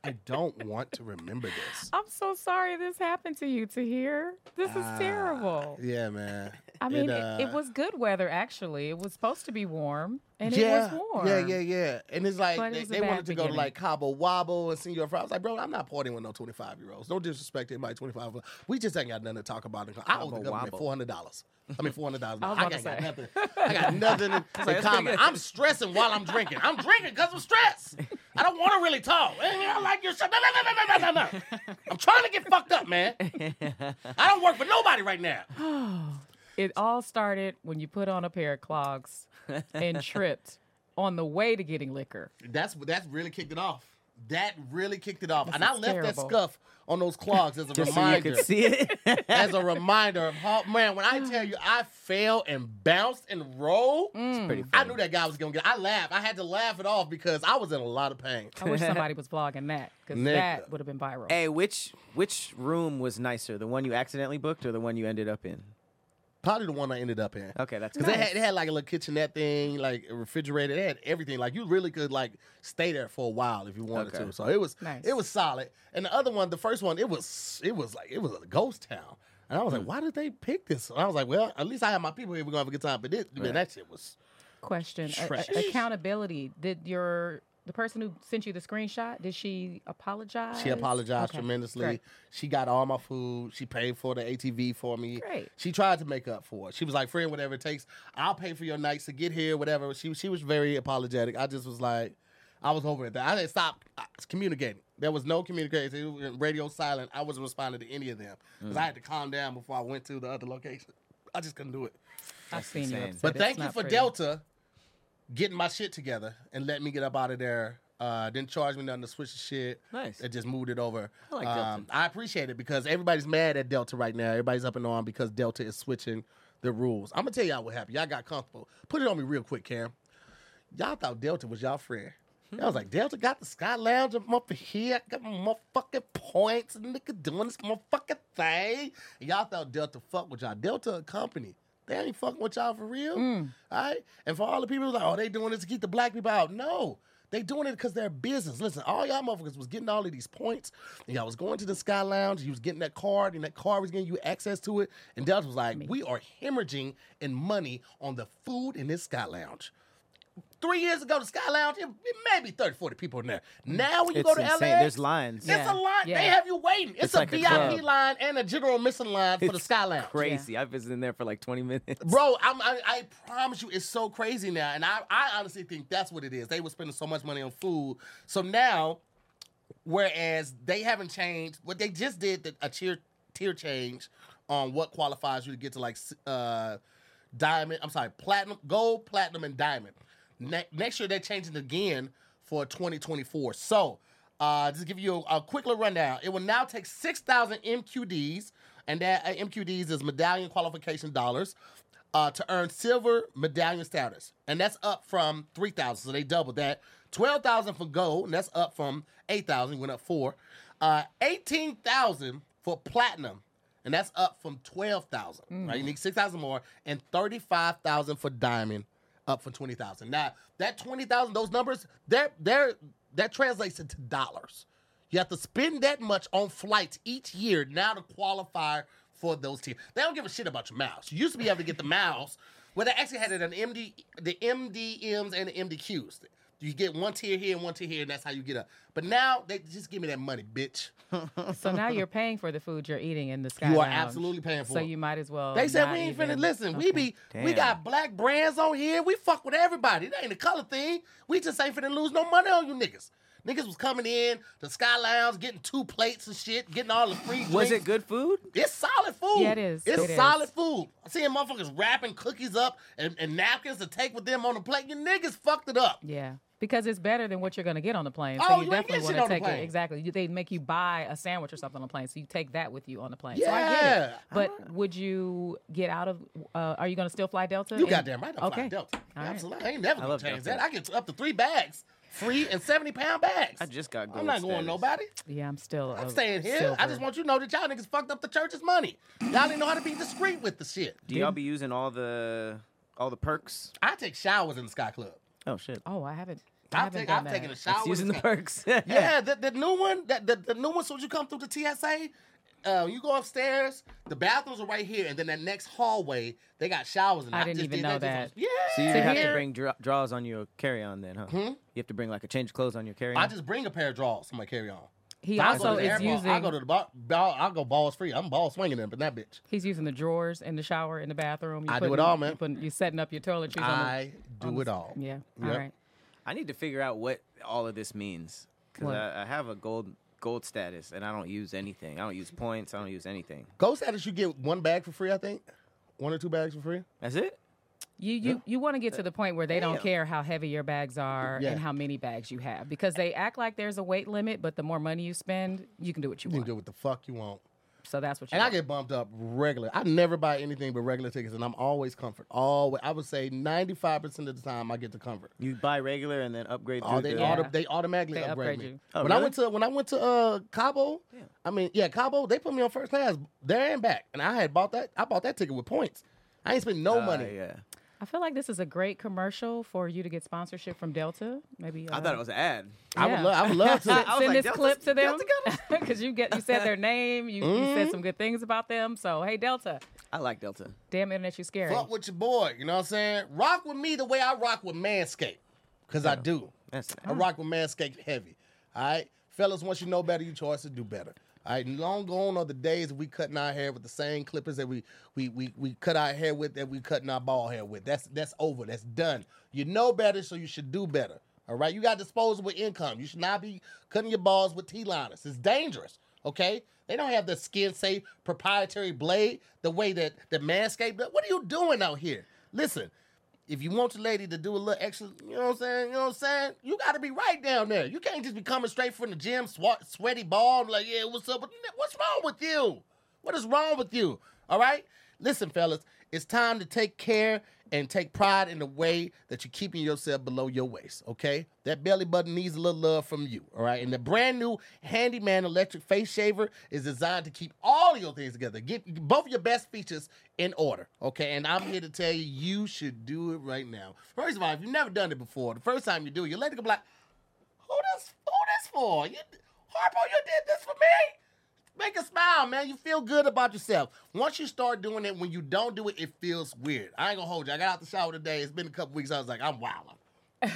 I don't want to remember this.
I'm so sorry this happened to you, Tahir. This is terrible.
Yeah, man.
I mean, it, it
Ah, uh,
was good weather actually. It was supposed to be warm, and
yeah,
it was warm.
yeah, yeah, yeah. And it's like
But it
they,
was a
they wanted
bad
to go to
beginning.
like Cabo Wabo and Senior Friday. I was like, bro, I'm not partying with no 25 year olds. No disrespect to anybody 25. but We just ain't got nothing to talk about. I owe the
Cabo
government
Wabo.
$400. I mean, $400. I,
I was
I
about to
ain't got
say.
nothing. I got nothing in, in
that's pretty
common.
good.
I'm stressing while I'm drinking. I'm drinking because I'm stressed. I don't want to really talk. Eh, I like your shit. No, no, no, no, no, no, no. I'm trying to get fucked up, man. I don't work for nobody right now.
It all started when you put on a pair of clogs and tripped on the way to getting liquor.
That's that's really kicked it off. That really kicked it off. and I
is
left that
terrible.
scuff on those clogs as a
Just so you
reminder.
could see it.
as a reminder of how man, when I tell you I fell and bounced and rolled,
Mm. Pretty
I
funny.
knew that guy was gonna get I laughed. I had to laugh it off because I was in a lot of pain.
I wish somebody was vlogging that because
Nigga.
that would have been viral.
eh,
Hey, which which room was nicer? The one you accidentally booked or the one you ended up in?
Probably the one I ended up in.
Okay, that's
Cause
good.
they had, they had like a little kitchenette thing, like a refrigerator. They had everything. Like you really could like stay there for a while if you wanted
Okay.
to. So it was
Nice.
it was solid. And the other one, the first one, it was it was like it was a ghost town. And I was like, why did they pick this? And I was like, well, at least I have my people here. We're gonna have a good time. But this, man, that shit was
Question: A- a-
Trash.
Accountability. Did your the person who sent you the screenshot? Did she apologize?
She apologized
Okay,
tremendously.
great.
She got all my food. She paid for the ATV for me.
Great.
She tried to make up for it. She was like, "Friend, whatever it takes, I'll pay for your nights to get here, whatever." She she was very apologetic. I just was like, I was over it. I didn't stop uh, communicating. There was no communication. It was radio silent. I wasn't responding to any of them because I had to calm down before I went to the other location. I just couldn't do it.
I've seen you.
insane.
upset.
But
It's
thank you
not
for
pretty.
Delta getting my shit together and letting me get up out of there. Uh, didn't charge me nothing to switch the shit.
Nice.
It just moved it over. Um,
I like Delta.
I appreciate it because everybody's mad at Delta right now. Everybody's up and on because Delta is switching the rules. I'm gonna tell y'all what happened. Y'all got comfortable. Put it on me real quick, Cam. Y'all thought Delta was y'all friend. I was like, Delta got the Sky Lounge up up here. I got my motherfucking points. Nigga doing this motherfucking thing. And y'all thought Delta fuck with y'all. Delta a company. They ain't fucking with y'all for real. All right? And for all the people who's like, oh, they doing this to keep the black people out. No. They doing it because they're business. Listen, all y'all motherfuckers was getting all of these points. And y'all was going to the Sky Lounge. You was getting that card, and that card was getting you access to it. And Delta was like, we are hemorrhaging in money on the food in this Sky Lounge three years ago, the Sky Lounge, it, it may be 30, 40 people in there. Now when you
Mm. It's
go to
insane.
LA,
There's lines.
It's
Yeah.
a line. They
Yeah.
have you waiting. It's,
It's
a
like a
VIP
club.
line and a general missing line for the
It's
Sky Lounge.
Crazy. I've been in there for like 20 minutes.
Bro, I'm, I, I promise you, it's so crazy now. And I, I honestly think that's what it is. They were spending so much money on food. So now, whereas they haven't changed, what they just did the, a tier, tier change on what qualifies you to get to like s- uh, diamond, I'm sorry, platinum, gold, platinum, and diamond. Ne- next year, they're changing again for 2024. So, uh, just to give you a, a quick little rundown. It will now take 6,000 MQDs, and that uh, MQDs is medallion qualification dollars, uh, to earn silver medallion status. And that's up from 3,000. So they doubled that. 12,000 for gold, and that's up from 8,000, went up four. Uh, 18,000 for platinum, and that's up from 12,000. Right? You need 6,000 more, and 35,000 for diamond, up from 20,000. Now, that 20,000, those numbers, they're, they're, that translates into dollars. You have to spend that much on flights each year now to qualify for those teams. They don't give a shit about your miles. You used to be able to get the miles. Well, they actually had it on MD, the MDMs and the MDQs. You get one tier here and one tier here, and that's how you get up. But now they just give me that money, bitch.
So now you're paying for the food you're eating in the sky.
You are
Lounge.
absolutely paying for
So
it.
you might as well.
They said
Oh, not
we ain't
even-
finna listen. We
Okay.
be we
Damn.
got black brands on here. We fuck with everybody. It ain't a color thing. We just ain't finna lose no money on you niggas. Niggas was coming in the Sky Lounge, getting two plates and shit, getting all the free.
Was it
drinks.
good food?
It's solid food.
Yeah, it is.
It's
It is.
solid food. I'm seeing motherfuckers wrapping cookies up and, and napkins to take with them on the plate. You niggas fucked it up.
Yeah. Because it's better than what you're gonna get on the plane. So
Oh, you
you,
ain't
definitely
get shit
wanna
on the
take
plane.
it. Exactly. You, they make you buy a sandwich or something on the plane. So you take that with you on the plane. So I get it.
Yeah.
But would you get out of uh, are you gonna still fly Delta?
You
And-
goddamn right. I'm
Okay.
flying Delta.
All right.
Absolutely. I ain't never gonna
love
change
Delta.
that. I get up to three bags free and 70 pound bags.
I just got gold
I'm not going
status.
nobody.
Yeah, I'm still
I'm
a
staying here. I
silver.
just want you to know that y'all niggas fucked up the church's money. Y'all didn't know how to be discreet with the shit.
Do y'all be using all the all the perks?
I take showers in the Sky Club.
Oh shit.
Oh, I haven't I
I've,
haven't
take,
done
I've
that.
taken a shower.
It's
in
using the
Sky-
perks.
Yeah, the, the new one, that the, the new one, so you come through the TSA, uh, you go upstairs, the bathrooms are right here, and then that next hallway, they got showers. And
I
I,
didn't
just
even
did
know
just- Yeah.
So you have to
here-
bring dra- draws on your carry-on then, huh? You have to bring like a change of clothes on your carry-on.
Hmm? I just bring a pair of drawers for my carry on.
He
I
also
go to the
is
airport. I go
using
to the bar, ball, I go balls free. I'm ball swinging in, but that bitch.
he's using the drawers in the shower in the bathroom. You
I do it
putting-
all,
you
man.
putting- you setting up your toiletries on
I
the, on
do
the-
it all.
Yeah. All
Yep.
right.
I need to figure out what all of this means because
What?
I, I have a gold gold status and I don't use anything. I don't use points. I don't use anything.
Ghost status, you get one bag for free, I think. One or two bags for free.
That's it.
You you you want to get to the point where they
Damn.
don't care how heavy your bags are
Yeah.
and how many bags you have because they act like there's a weight limit, but the more money you spend, you can do what you
You can
want.
do what the fuck you want.
So that's what you.
And I
want.
get bumped up regular. I never buy anything but regular tickets, and I'm always comfort. Always, I would say 95% of the time I get the comfort.
You buy regular and then upgrade.
Oh,
through
they,
the,
Yeah.
auto, they automatically
They
upgrade,
upgrade
me.
you.
Oh,
when I
really?
went to when I went to uh, Cabo,
Yeah.
I mean, yeah, Cabo, they put me on first class there and back, and I had bought that. I bought that ticket with points. I ain't spent no
Ah,
money.
Yeah.
I feel like this is a great commercial for you to get sponsorship from Delta. Maybe uh,
I thought it was an ad.
I would
Yeah.
love. I would love
I
to.
was
Send
like,
this
Delta's-
clip to them
Delta
because you get you said their name, you, you said some good things about them. So hey, Delta,
I like Delta.
damn internet, you scary.
Fuck with your boy. You know what I'm saying? Rock with me the way I rock with Manscaped, cause I do.
That's
I rock with Manscaped heavy. All right, fellas, once you know better, your choices do better. All right, long gone are the days we cutting our hair with the same clippers that we we we, we cut our hair with that we cutting our ball hair with. That's that's over. That's done. You know better, so you should do better. All right, you got disposable income. You should not be cutting your balls with T liners. It's dangerous. Okay, they don't have the skin safe proprietary blade the way that the Manscaped. does. What are you doing out here? Listen, if you want your lady to do a little extra, you know what I'm saying? You know what I'm saying? You got to be right down there. You can't just be coming straight from the gym, swat, sweaty ball, and like, yeah, what's up? with- What's wrong with you? What is wrong with you? All right? Listen, fellas, it's time to take care and take pride in the way that you're keeping yourself below your waist, okay? That belly button needs a little love from you, all right? And the brand new Handyman electric face shaver is designed to keep all of your things together. Get both of your best features in order, okay? And I'm here to tell you, you should do it right now. First of all, if you've never done it before, the first time you do it, your lady gonna be like, who this? Who this for? You, Harpo, you did this for me. Make a smile, man. You feel good about yourself. Once you start doing it, when you don't do it, it feels weird. I ain't gonna hold you. I got out the shower today. It's been a couple weeks. I was like, I'm wilding.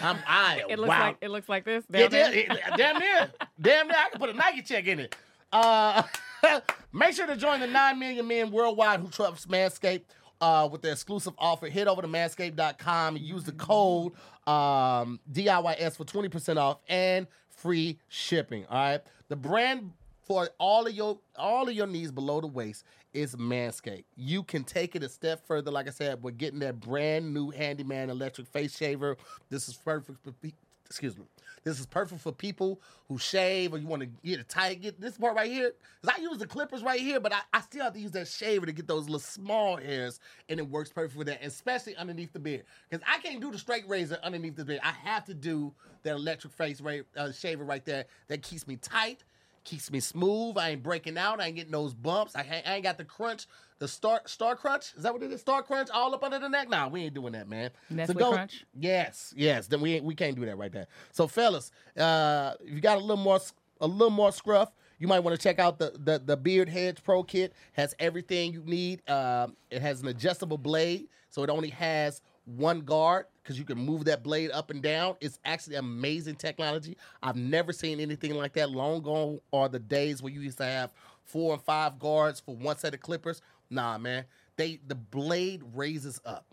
I'm I am
it looks
wild.
like it looks like this.
Yeah,
down there.
damn- it- damn near, damn near. I can put a Nike check in it. Uh, make sure to join the nine million men worldwide who trust Manscaped uh, with the exclusive offer. Head over to manscaped.com and use the code um, DIYS for twenty percent off and free shipping. All right, the brand for all of your all of your needs below the waist is Manscaped. You can take it a step further, like I said, we're getting that brand new handyman electric face shaver. This is perfect for pe- excuse me. This is perfect for people who shave or you want to get a tight get this part right here. Cause I use the clippers right here, but I, I still have to use that shaver to get those little small hairs, and it works perfect for that, especially underneath the beard. Cause I can't do the straight razor underneath the beard. I have to do that electric face ra- uh, shaver right there that keeps me tight keeps me smooth. I ain't breaking out. I ain't getting those bumps. I, ain't- I ain't got the crunch, the star star crunch. Is that what it is? Star crunch all up under the neck. Nah, we ain't doing that, man.
Nestle
go-
crunch?
Yes, yes. Then we ain't, we can't do that right there. So fellas, uh, if you got a little more s- a little more scruff. You might want to check out the, the the Beard Hedge Pro Kit. Has everything you need. Um, it has an adjustable blade, so it only has one guard because you can move that blade up and down. It's actually amazing technology. I've never seen anything like that. Long gone are the days where you used to have four and five guards for one set of clippers. Nah, man. They the blade raises up.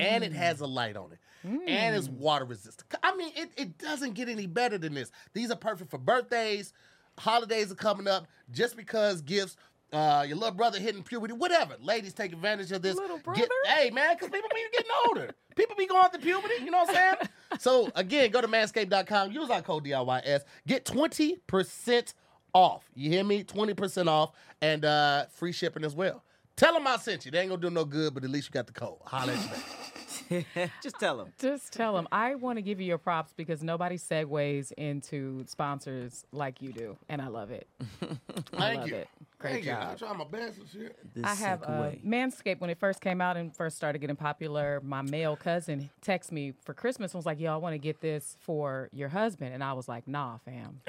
And it
Mm.
has a light on it. And it's water resistant. I mean, it, it doesn't get any better than this. These are perfect for birthdays. Holidays are coming up. Just because gifts, uh, your little brother hitting puberty, whatever. Ladies take advantage of this.
Little
Get-
brother?
hey, man, because people be getting older. People be going through puberty. You know what I'm saying? so, again, go to manscaped.com. Use our code DIYS. Get 20% off. You hear me? 20% off and uh, free shipping as well. Tell them I sent you. They ain't going to do no good, but at least you got the code. Holla at you. back.
Just tell them.
Just tell them I want to give you your props because nobody segues into sponsors like you do, and I love it. I
Thank
love
you.
it. Great
Thank you. I
job.
try my best and shit.
I have uh, Manscaped when it first came out and first started getting popular. My male cousin texted me for Christmas and was like, "Yo, I want to get this for your husband," and I was like, "Nah, fam,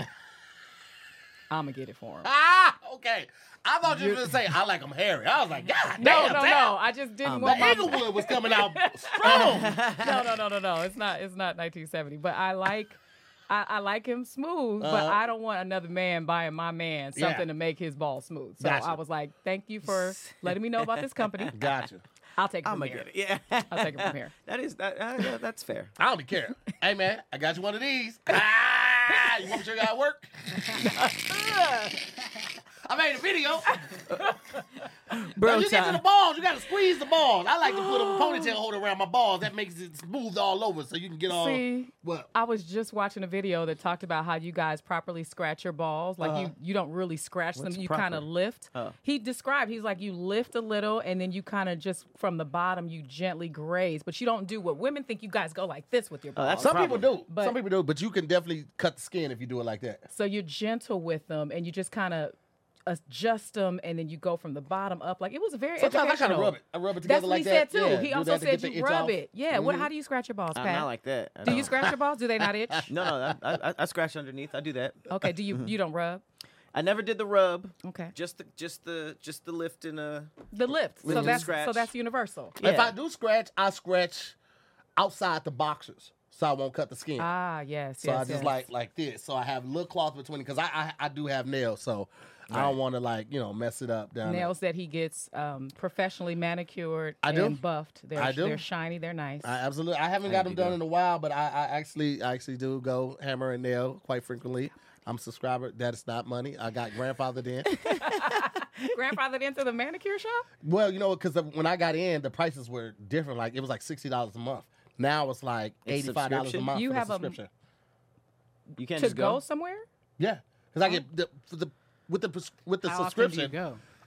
I'm gonna get it for him."
Ah, okay. I thought you were gonna say I like him hairy. I was like, God
No,
damn,
no,
damn.
no. I just didn't
Um,
want
The
my
Inglewood was coming out strong.
no, no, no, no, no. It's not. It's not 1970. But I like, I, I like him smooth. But
Uh-huh.
I don't want another man buying my man
Yeah.
something to make his ball smooth. So
Gotcha.
I was like, thank you for letting me know about this company.
Gotcha.
I'll take it
I'm
from
gonna
here.
get it. Yeah.
I'll take it from here.
That is that. Uh, yeah, that's fair.
I don't care. hey man, I got you one of these. Ah, you want me to show you how it work? I made a video.
Bro,
When you get to the balls, you gotta squeeze the balls. I like to put a ponytail holder around my balls. That makes it smooth all over, so you can get all.
See,
What?
I was just watching a video that talked about how you guys properly scratch your balls. Like you, you don't really scratch them.
Uh-huh. What's
You
proper?
kind of lift.
Oh.
He described. He's like you lift a little, and then you kind of just from the bottom you gently graze, but you don't do what women think. You guys go like this with your balls.
Oh, that's
Some
Problem.
people do.
But-
Some people do, but you can definitely cut the skin if you do it like that.
So you're gentle with them, and you just kind of adjust them, and then you go from the bottom up. Like it was very.
Sometimes I kind of
educational.
rub it. I rub it
That's
together
what
like
he
that.
said too.
Yeah,
he
do
also
that to get
said
the
you
itch
rub
off. Mm-hmm.
it. Yeah. What? How do you scratch your balls, Pat?
I'm not like that. I
do you
don't.
scratch your balls? Do they not itch?
No, no. I, I, I scratch underneath. I do that.
Okay. Do you? You don't rub.
I never did the rub.
Okay.
Just the just the just the lift and uh.
The lift.
Lift
So
and
that's so
scratch.
that's universal.
If
yeah.
I do scratch, I scratch outside the boxers, so I won't cut the skin.
Ah, yes.
so
yes,
I just
yes.
like like this. So I have a little cloth between because I, I I do have nails, so I don't want to like you know mess it up down there.
nails that he gets um, professionally manicured
I do.
and buffed. They're
I do.
they're shiny. They're nice.
I absolutely. I haven't got them done in a while, but I, I actually I actually do go hammer and nail quite frequently. I'm a subscriber. That is not money. I got grandfathered in.
Grandfathered into the manicure shop.
well, you know, because when I got in, the prices were different. Like it was like sixty dollars a month. Now it's like
It's
eighty five dollars a
subscription?
month
You
for the
have a-
subscription.
You can't
To
just go.
go somewhere.
yeah, because I get the, for the with the pres- with the
How
subscription.
often do you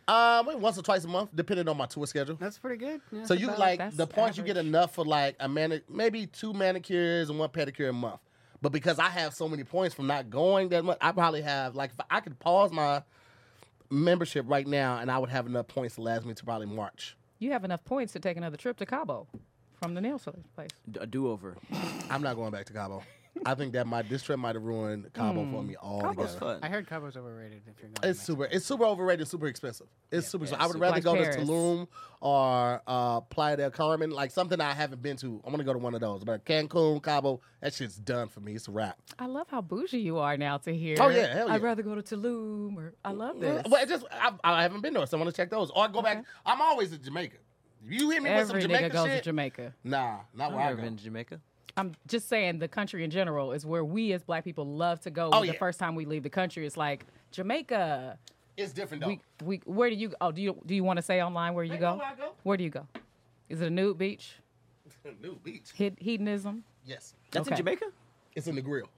go?
Um, maybe once or twice a month, depending on my tour schedule.
That's pretty good. Yeah,
so you
about-
like
that's
the points you get
average.
enough for like a mani- maybe two manicures and one pedicure a month. But because I have so many points from not going that much, I probably have like if I could pause my membership right now and I would have enough points to last me to probably March.
You have enough points to take another trip to Cabo from the nail salon place.
D- a do over.
I'm not going back to Cabo. I think that my this trip might have ruined Cabo
Hmm.
for me
Cabo's
altogether.
fun.
I heard Cabo's overrated. If you're going, to
It's
Mexico.
super. It's super overrated. Super expensive. It's super. expensive. I would rather
Like
go to
Paris.
Tulum or uh, Playa del Carmen, like something I haven't been to. I'm gonna go to one of those. But Cancun, Cabo, that shit's done for me. It's a wrap.
I love how bougie you are now to hear.
Oh, yeah, hell
I'd
yeah.
rather go to Tulum or I love this.
Well, it just I, I haven't been there, so I want to check those. Or go back. I'm always in Jamaica. You hit me with some
Every
Jamaica
nigga goes
shit.
to Jamaica.
nah, not
I've
where I
never
go.
been to Jamaica.
I'm just saying the country in general is where we as black people love to go.
Oh,
the
yeah.
first time we leave the country, it's like Jamaica.
It's different though.
We, we where do you oh do you do you want to say online where you
They
go?
know where I go.
Where do you go? Is it a nude beach?
New beach.
Hid- hedonism?
Yes,
That's in
Okay.
Jamaica.
it's in the grill.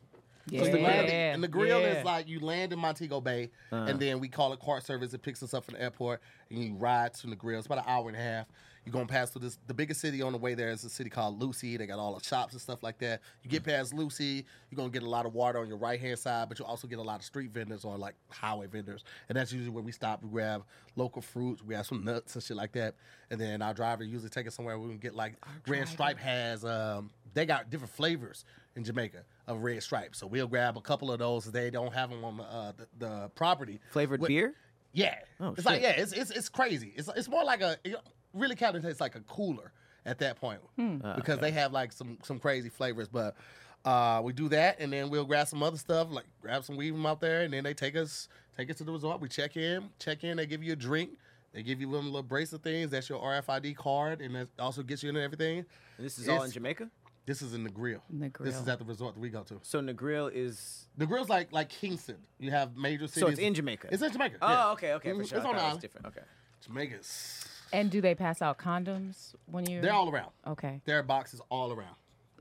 Yeah.
So you land- and the grill
yeah.
is like you land in Montego Bay, and then we call a cart service. It picks us up from the airport, and you ride to the grill. It's about an hour and a half. You're gonna pass through this. The biggest city on the way there is a city called Lucy. They got all the shops and stuff like that. You get past Lucy, you're gonna get a lot of water on your right hand side, but you also get a lot of street vendors or like highway vendors, and that's usually where we stop. We grab local fruits, we have some nuts and shit like that, and then our driver usually take us somewhere we can get like Red Stripe has. um They got different flavors in Jamaica of Red Stripe. So we'll grab a couple of those. They don't have them on the, uh, the, the property.
Flavored
What-
beer.
Yeah.
Oh,
it's like
shit.
yeah, it's it's it's crazy. It's it's more like a it really kind of tastes like a cooler. at that point
Hmm.
Uh,
because they have like some some crazy flavors. But uh, we do that, and then we'll grab some other stuff, like grab some weed from out there, and then they take us take us to the resort. We check in, check in. They give you a drink. They give you little little bracelet things. That's your RFID card, and that also gets you into everything.
And this is all in
It's-
Jamaica.
This is in the grill.
the
This is
grill.
at the resort that we go to.
So Negril is.
The grill's like like Kingston. You have major cities.
So it's in Jamaica.
It's in Jamaica. yeah.
Oh, okay, okay,
Mhm,
for sure.
It's
I
on the
thought it was
island.
different. Okay.
Jamaica's.
And do they pass out condoms when you?
They're all around.
Okay.
There are boxes all around.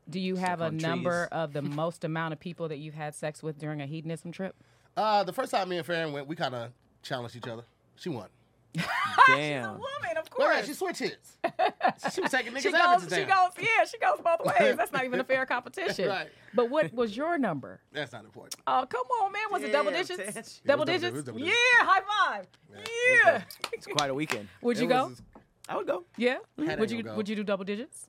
Do you have a
on
number
trees.
of the most amount of people that you've had sex with during a hedonism trip?
Uh, the first time me and Farron went, we kind of challenged each other. She won.
Damn.
Woman, of
Uh, Well, right, she switched hits. she was taking niggas'
She goes,
averages
she
down.
goes, yeah, she goes both ways. That's not even a fair competition.
Right.
But what was your number?
That's not important.
Oh, come on, man. Was it double
Damn,
digits?
Tish. It was
Double
double- it
digits?
was double
yeah,
digits.
high five. Yeah.
It's quite a weekend.
Would you
It
go?
was-
I would go.
Yeah.
Had
Would
I
you
go.
would you do double digits?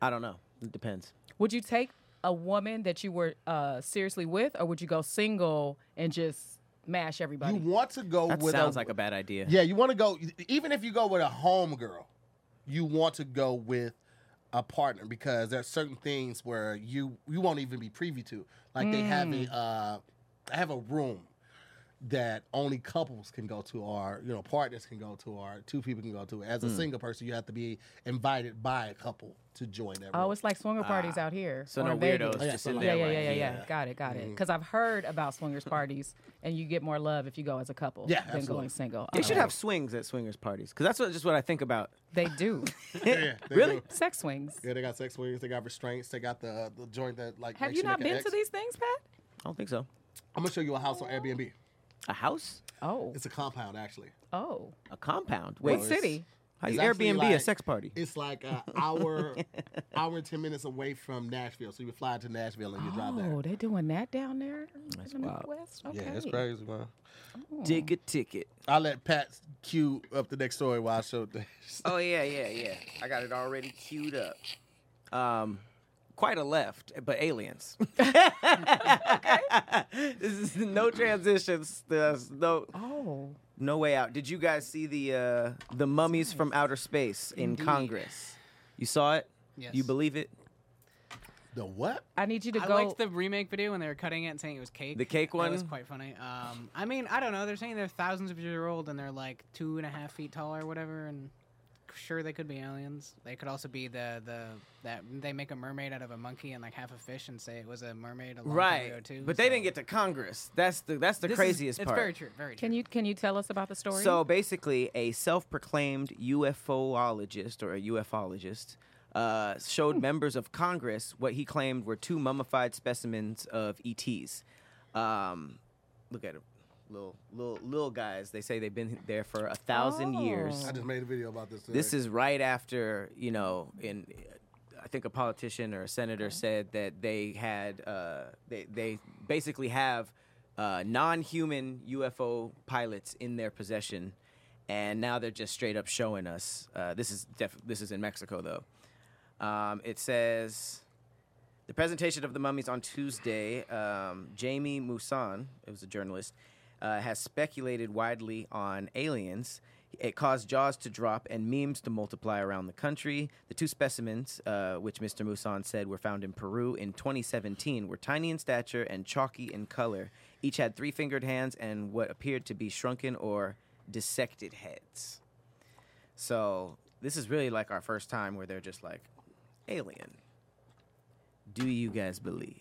I don't know. It depends.
Would you take a woman that you were uh, seriously with, or would you go single and just mash everybody?
You want to go
That
with
sounds
a,
like a bad idea.
yeah. You want to go even if you go with a home girl, you want to go with a partner because there are certain things where you you won't even be privy to. Like they have
Mm.
a uh, I have a room that only couples can go to or you know partners can go to or two people can go to. As a
Mm.
single person, you have to be invited by a couple to join that room.
oh, it's like swinger parties out here.
Ah. So
or
no
in
weirdos
Vegas.
Oh, Yeah, Mm-hmm.
just in
something
Yeah,
there.
yeah,
like,
yeah, yeah, yeah. Got it, got it. Because I've heard about swingers parties, and you get more love if you go as a couple
Yeah,
than going
absolutely.
single.
They should
Okay.
have swings at swingers parties because that's what, just what I think about.
They do.
Yeah, they
Really?
do.
Sex swings.
Yeah, they got sex wings. They got restraints. They got the, the joint that like.
Have
makes
you not
make
been
an
to
X.
these things, Pat?
I don't think so.
I'm gonna show you a house on Airbnb.
A house,
Oh,
It's a compound actually.
oh.
a compound. Wait,
What city?
How you
It's actually
Airbnb a
like-
sex party?
It's like an hour, hour and ten minutes away from Nashville. So you fly to Nashville and you drive
Oh,
there.
they're doing that down there in the
wild.
Midwest. Okay.
Yeah, it's crazy, man.
Dig a ticket.
I'll let Pat cue up the next story while I show this.
Oh yeah, yeah, yeah. I got it already queued up.
um, quite a left, but aliens. This is no transitions. There's no
Oh,
no way out. Did you guys see the uh, the mummies from outer space in Congress? You saw it.
Yes.
You believe it?
The what?
I need you to
I
go.
liked the remake video when they were cutting it and saying it was cake.
The cake
That was
one?
quite funny. Um, I mean, I don't know. They're saying they're thousands of years old and they're like two and a half feet tall or whatever. And sure, they could be aliens. They could also be the the that they make a mermaid out of a monkey and like half a fish and say it was a mermaid a long time ago too.
But they didn't get to Congress. That's the that's the craziest
It's
part.
very true. Very true.
can you can you tell us about the story?
So basically, a self-proclaimed UFOologist or a ufologist uh, showed members of Congress what he claimed were two mummified specimens of ETs. Um, look at him, little little little guys. They say they've been there for a thousand years.
I just made a video about this.
This is right after you know, in I think a politician or a senator said that they had uh, they they basically have uh, non-human UFO pilots in their possession, and now they're just straight up showing us. Uh, this is def- this is in Mexico though. Um, it says. The presentation of the mummies on Tuesday, um, Jamie Musan, it was a journalist, uh, has speculated widely on aliens. It caused jaws to drop and memes to multiply around the country. The two specimens, uh, which Mr. Musan said were found in Peru in 2017, were tiny in stature and chalky in color. Each had three fingered hands and what appeared to be shrunken or dissected heads. So, this is really like our first time where they're just like, alien do you guys believe?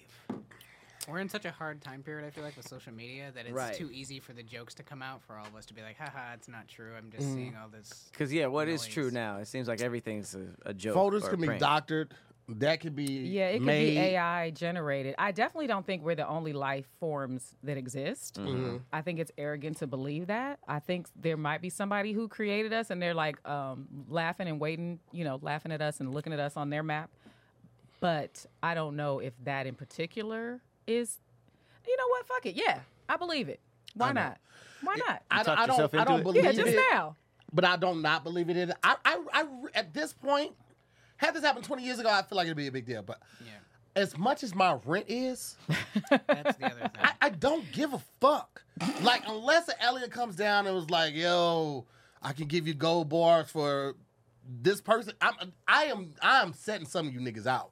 We're in such a hard time period, I feel like, with social media that it's
Right.
too easy for the jokes to come out for all of us to be like, haha, it's not true. I'm
Mm-hmm.
just seeing all this.
Because yeah, what is true
Noise.
now? It seems like everything's a, a joke.
folders
or a
can be
prank.
doctored. That could be
yeah, it could
made.
be AI generated. I definitely don't think we're the only life forms that exist. I think it's arrogant to believe that. I think there might be somebody who created us, and they're like um, laughing and waiting, you know, laughing at us and looking at us on their map. But I don't know if that in particular is. You know what? Fuck it. Yeah, I believe it. Why not? Why not?
I, don't-
talked
I
yourself
don't. I
into
don't
it?
believe
yeah, just
it.
now.
but I don't not believe it either. I, I, I, at this point, had this happened 20 years ago, I feel like it'd be a big deal. But
Yeah,
as much as my rent is,
that's the other thing.
I, I don't give a fuck. Like, unless an alien comes down and was like, yo, I can give you gold bars for this person, I'm, I am, I'm setting some of you niggas out.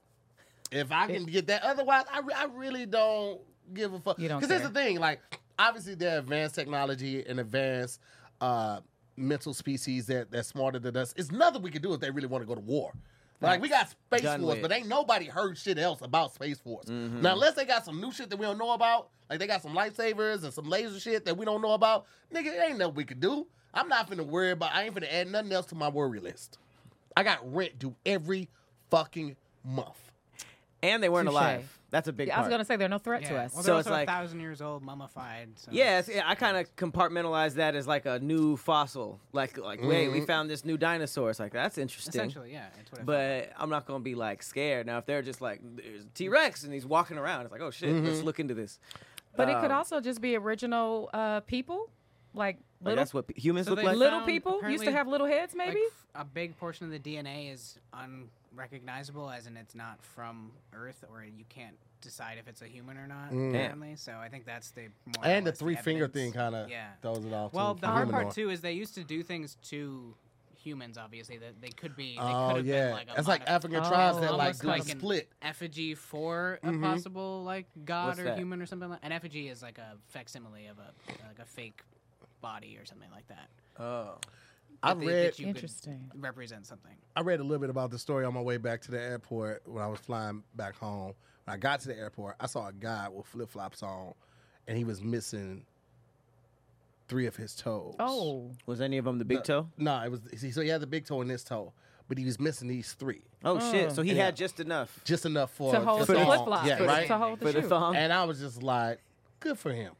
If I can get that, otherwise, I, re- I really don't give a fuck.
You don't
here's
care.
the thing, like, obviously, there are advanced technology and advanced uh, mental species that that's smarter than us. It's nothing we can do if they really want to go to war. Like we got Space
Done
Force,
with. Mm-hmm.
but ain't nobody heard shit else about Space Force. Now, unless they got some new shit that we don't know about, like they got some lightsabers and some laser shit that we don't know about, nigga, it ain't nothing we could do. I'm not finna worry about. I ain't finna add nothing else to my worry list. I got rent due every fucking month.
And they weren't
Touche.
alive. That's a big
Yeah, I
part.
was gonna say they're no threat
Yeah.
to us.
Well,
So
they're
it's
also
like-
a thousand years old, mummified. So
Yeah, it's, I kind of compartmentalize that as like a new fossil. Like, like, wait,
Mm-hmm.
we found this new dinosaur. It's like that's interesting.
essentially, yeah. It's what it felt
But I'm not gonna be like scared. Now, if they're just like there's T Rex and he's walking around, it's like, oh shit,
Mm-hmm.
let's look into this.
But it could
Um,
also just be original uh, people,
Like,
like little
that's what p- humans
So
look
they
like.
little
found
people used to
apparently,
have little heads,
like,
maybe.
f- a big portion of the DNA is unrecognizable, as in it's not from Earth, or you can't decide if it's a human or not.
Mm.
Apparently, so I think that's the more or
And the
less
three finger
evidence.
thing kind of
Yeah.
throws it off.
Well,
too,
the
for
hard
humanoid.
part too is they used to do things to humans. Obviously, that they could be. They
Oh
could have
yeah,
Been, like, a
that's like
modifi-
African
Oh,
tribes that like
almost
do the
like an
split.
effigy for a
Mhm.
possible like god
What's
or
that?
human or something like. An effigy is like a facsimile of a like a fake body or something like that.
Oh,
I
that they-
read
that you could
Interesting.
represent something.
I read a little bit about the story on my way back to the airport when I was flying back home. When I got to the airport, I saw a guy with flip flops on, and he was missing three of his toes.
Oh,
was any of them the big toe?
no, it was see, so he had the big toe and this toe, but he was missing these three,
Oh shit! So he
Yeah.
had just enough.
just enough for
to hold
just
the
a
thong.
flip flops,
Yeah, right.
to hold the
for the
shoe.
thong.
And I was just like, good for him.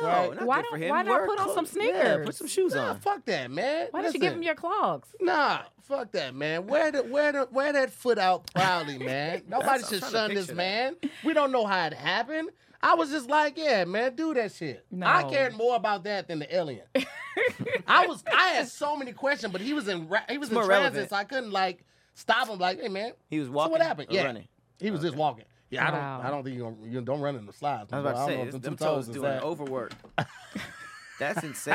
no,
Right.
not
Why
good for
don't-
him.
why not
Wear
put on some
clothes. Yeah, put
sneakers?
some shoes
Nah,
on.
fuck that, man.
Why don't you give
Listen.
him your clogs?
Nah, fuck that, man. Wear the wear the wear that foot out proudly, man. Nobody
I'm
should
trying to
shun this
picture
man. We don't know how it happened. I was just like, yeah, man, do that shit. I
No.
cared more about that than the alien. I was I had so many questions, but he was in ra- he was
It's
in
more
transit,
relevant.
so I couldn't like stop him. Like, hey, man,
He was
so
walking.
what happened?
Or
yeah,
running.
he was just walking. Yeah, I
Wow.
don't I don't think you gonna, you don't run in the slides.
I was
bro.
about to
don't
say
know if
it's
them
them
two
toes
is
doing
that- Ah.
overwork. That's insane.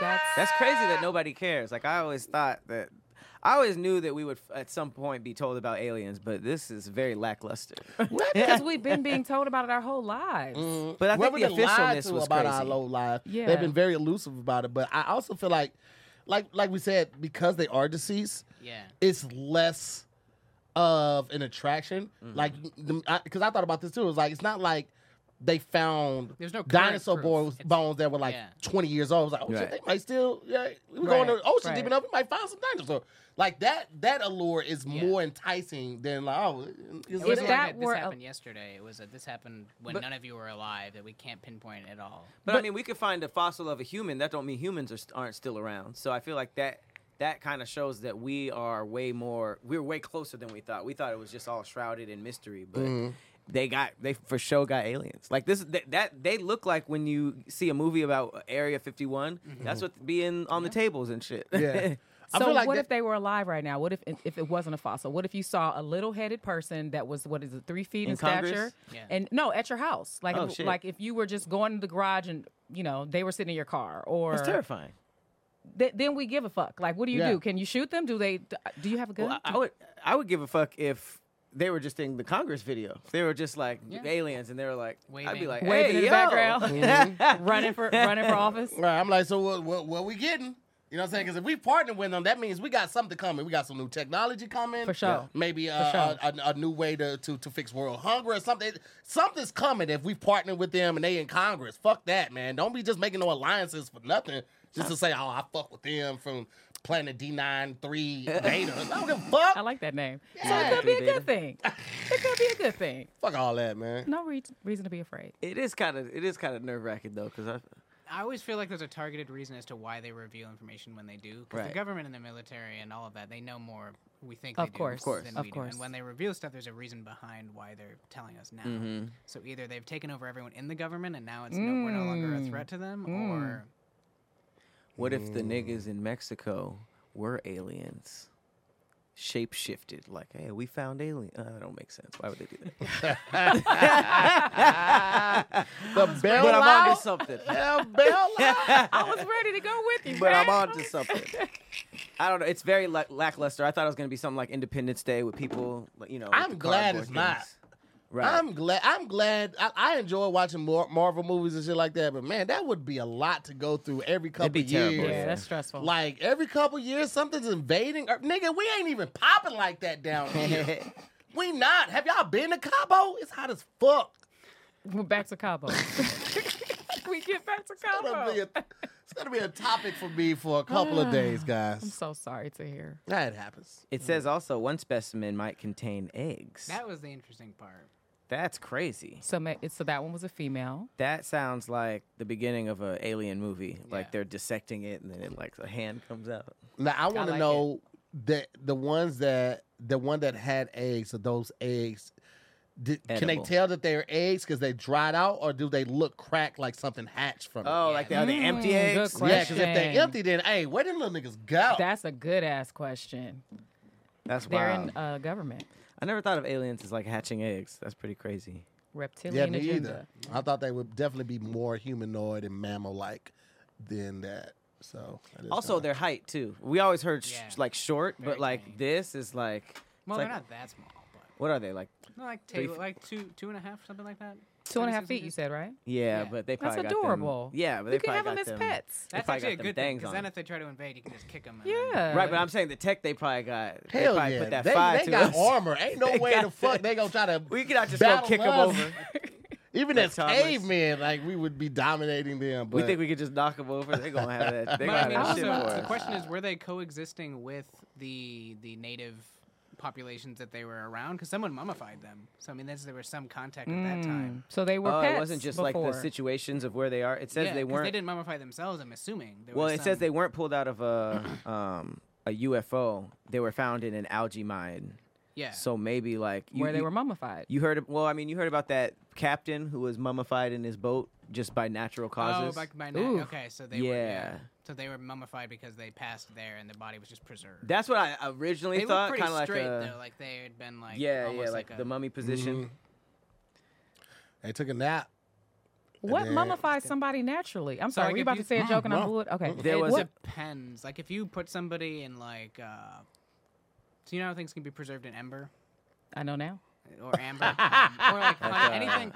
That's
That's crazy that nobody cares. Like I always thought that. I always knew that we would at some point be told about aliens, but this is very lackluster.
What? Mm.
because we've been being told about it our whole lives.
But I think
Mm-hmm. Whoever
the
they lied
officialness
to
was
about our
crazy.
low life,
Yeah.
they've been very elusive about it. But I also feel like, like, like we said, because they are deceased,
Yeah.
it's less of an attraction.
Mm-hmm.
Like, because I, thought about this too. It was like it's not like they found
There's no current
dinosaur
proof.
bones,
It's-
bones that were like
yeah.
20 years old. I was like, oh shit,
Right.
they might still. Yeah, we go in the
Right,
ocean
right.
deep enough, we might find some dinosaur. Like that, that allure is
Yeah.
more enticing than like oh, is
It
If
was like
that
a, this
were a-
happened yesterday. It was that this happened when none of you were alive that we can't pinpoint at all.
But, I mean, we could find a fossil of a human. That don't mean humans are, st- aren't still around. So I feel like that that kind of shows that we are way more. We're way closer than we thought. We thought it was just all shrouded in mystery, but. They got they for sure got aliens like this that, that they look like when you see a movie about Area 51. That's what being on the tables and shit.
Yeah. I
So
feel like
what
that-
if they were alive right now? What if if it wasn't a fossil? What if you saw a little-headed person that was what is it, three feet in,
In Congress?
stature?
Yeah.
And no, at your house, like
Oh,
if,
shit.
like if you were just going to the garage and you know they were sitting in your car, or
That's terrifying.
th- then we give a fuck. Like, what do you
Yeah.
do? Can you shoot them? Do they? Do you have a gun?
Well, I, I would I would give a fuck if they were just in the Congress video. If they were just like aliens and they were like I'd be
Waving.
like
Waving
hey,
in the
yo."
background, running for running for office.
Right. I'm like, so what, what, what we getting? You know what I'm saying? Because if we partner with them, that means we got something coming. We got some new technology coming.
For sure.
Maybe uh,
sure.
a, a, a new way to, to, to fix world hunger or something. Something's coming if we partner with them and they in Congress. Fuck that, man. Don't be just making no alliances for nothing just to say, oh, I fuck with them from Planet D93 Data. I don't give a fuck.
I like that name.
Yeah.
So it could be a good thing. It could be a good thing.
fuck all that, man.
No re- reason to be afraid.
It is kind of it is kind of nerve wracking though, because I
I always feel like there's a targeted reason as to why they reveal information when they do. Because
Right.
the government and the military and all of that, they know more. We think
Of
they do
course, Of
course.
than
of
we do.
course.
And when they reveal stuff, there's a reason behind why they're telling us now.
Mm-hmm.
So either they've taken over everyone in the government and now it's no, we're no longer a
Mm.
threat to them, or
what if the
Mm.
niggas in Mexico were aliens, shape shifted? Like, hey, we found alien. Uh, that don't make sense. Why would they do that?
The bell
but I'm
out.
onto something.
Yeah, bell out.
I was ready to go with you.
But I'm
Craig.
onto something. I don't know. It's very lack- lackluster. I thought it was gonna be something like Independence Day with people, you know. with
I'm
the
glad
cardboard
it's not.
things. Right.
I'm glad. I'm glad. I, I enjoy watching more Marvel movies and shit like that. But man, that would be a lot to go through every couple
be
years.
terrible,
Yeah, that's stressful.
Like every couple years, something's invading. Or, nigga, we ain't even popping like that down here. we not. Have y'all been to Cabo? It's hot as fuck.
We're back to Cabo. we get back to
It's gonna, be
Cabo.
a, it's gonna be a topic for me for a couple of days,
I'm
guys.
so sorry to hear.
That happens.
It says also one specimen might contain eggs.
That was the interesting part.
That's crazy.
So, ma- so that one was a female.
That sounds like the beginning of an alien movie.
Yeah.
Like they're dissecting it and then it, like a hand comes out.
Now I want to
like it.
know that the ones that the one that had eggs are those eggs. Did, can they
Edible.
tell that they're eggs because they dried out, or do they look cracked like something hatched from it?
Oh, like the, are they empty
Mm, good
eggs?
question.
yeah, because if they empty, then hey, where them little niggas go?
That's a good ass question.
That's
They're
wild.
in uh, government
I never thought of aliens as like hatching eggs. That's pretty crazy.
yeah,
reptilian
me
agenda.
either. I thought they would definitely be more humanoid and mammal-like than that. So I just
Also,
kinda-
their height too. We always heard sh-
Yeah.
like short,
Very
but like
tiny.
this is like. it's
Well,
like-
they're not that small, but
What are they like?
no, like
Three
table,
feet.
like two, two and a half, something like that.
Two and a half
36
feet, you
inches.
said, right?
Yeah,
Yeah.
but they
That's
probably
adorable.
got them. Yeah, but they
you can
probably
have them
got
as pets.
They
That's
probably
actually a
got them
good thing
things
because
on
then
it.
if they try to invade, you can just kick them.
Yeah.
Right, but I'm saying the tech they probably got. They
hell
probably
yeah,
put that
they,
fire
they
to
got
us.
armor. Ain't no
They
way
got
the fuck
that.
they gonna try to.
We could not just go
battle
kick them
us.
over.
Even
They're
as
toddlers.
cavemen, like we would be dominating them. But
we think we could just knock them over. They're gonna have that. They
But I
got
mean,
that shit for
also, the
us.
question is, were they coexisting with the the native populations that they were around? Because someone mummified them, so I mean, that's, there was some contact at that time.
So they were
Oh,
pets.
it wasn't just
before.
like the situations of where they are. It says
Yeah,
they
'cause
weren't.
They didn't mummify themselves. I'm assuming. There
well,
was
it says
some-
they weren't pulled out of a um, a UFO. They were found in an algae mine.
Yeah.
So maybe like you,
where they
you-
were mummified.
You heard well, I mean, you heard about that captain who was mummified in his boat just by natural
Oh,
causes.
by, by now.
Oof.
Okay, so they were.
Yeah.
So they were mummified because they passed there, and the body was just preserved.
That's what I originally
they
thought,
were
kind
pretty
of like
straight
a
though. Like they had been like.
yeah, yeah,
almost
like,
a,
the mummy position.
they took a nap.
What
then-
mummifies somebody naturally? I'm
So,
sorry,
like,
were you
if
about
you-
to say a
Mm,
joke and I
no.
blew it? Okay.
There
It-
was
what-
a-
Depends. Like if you put somebody in like. Uh, so you know how things can be preserved in ember
I know now.
or amber or like honey,
uh,
anything.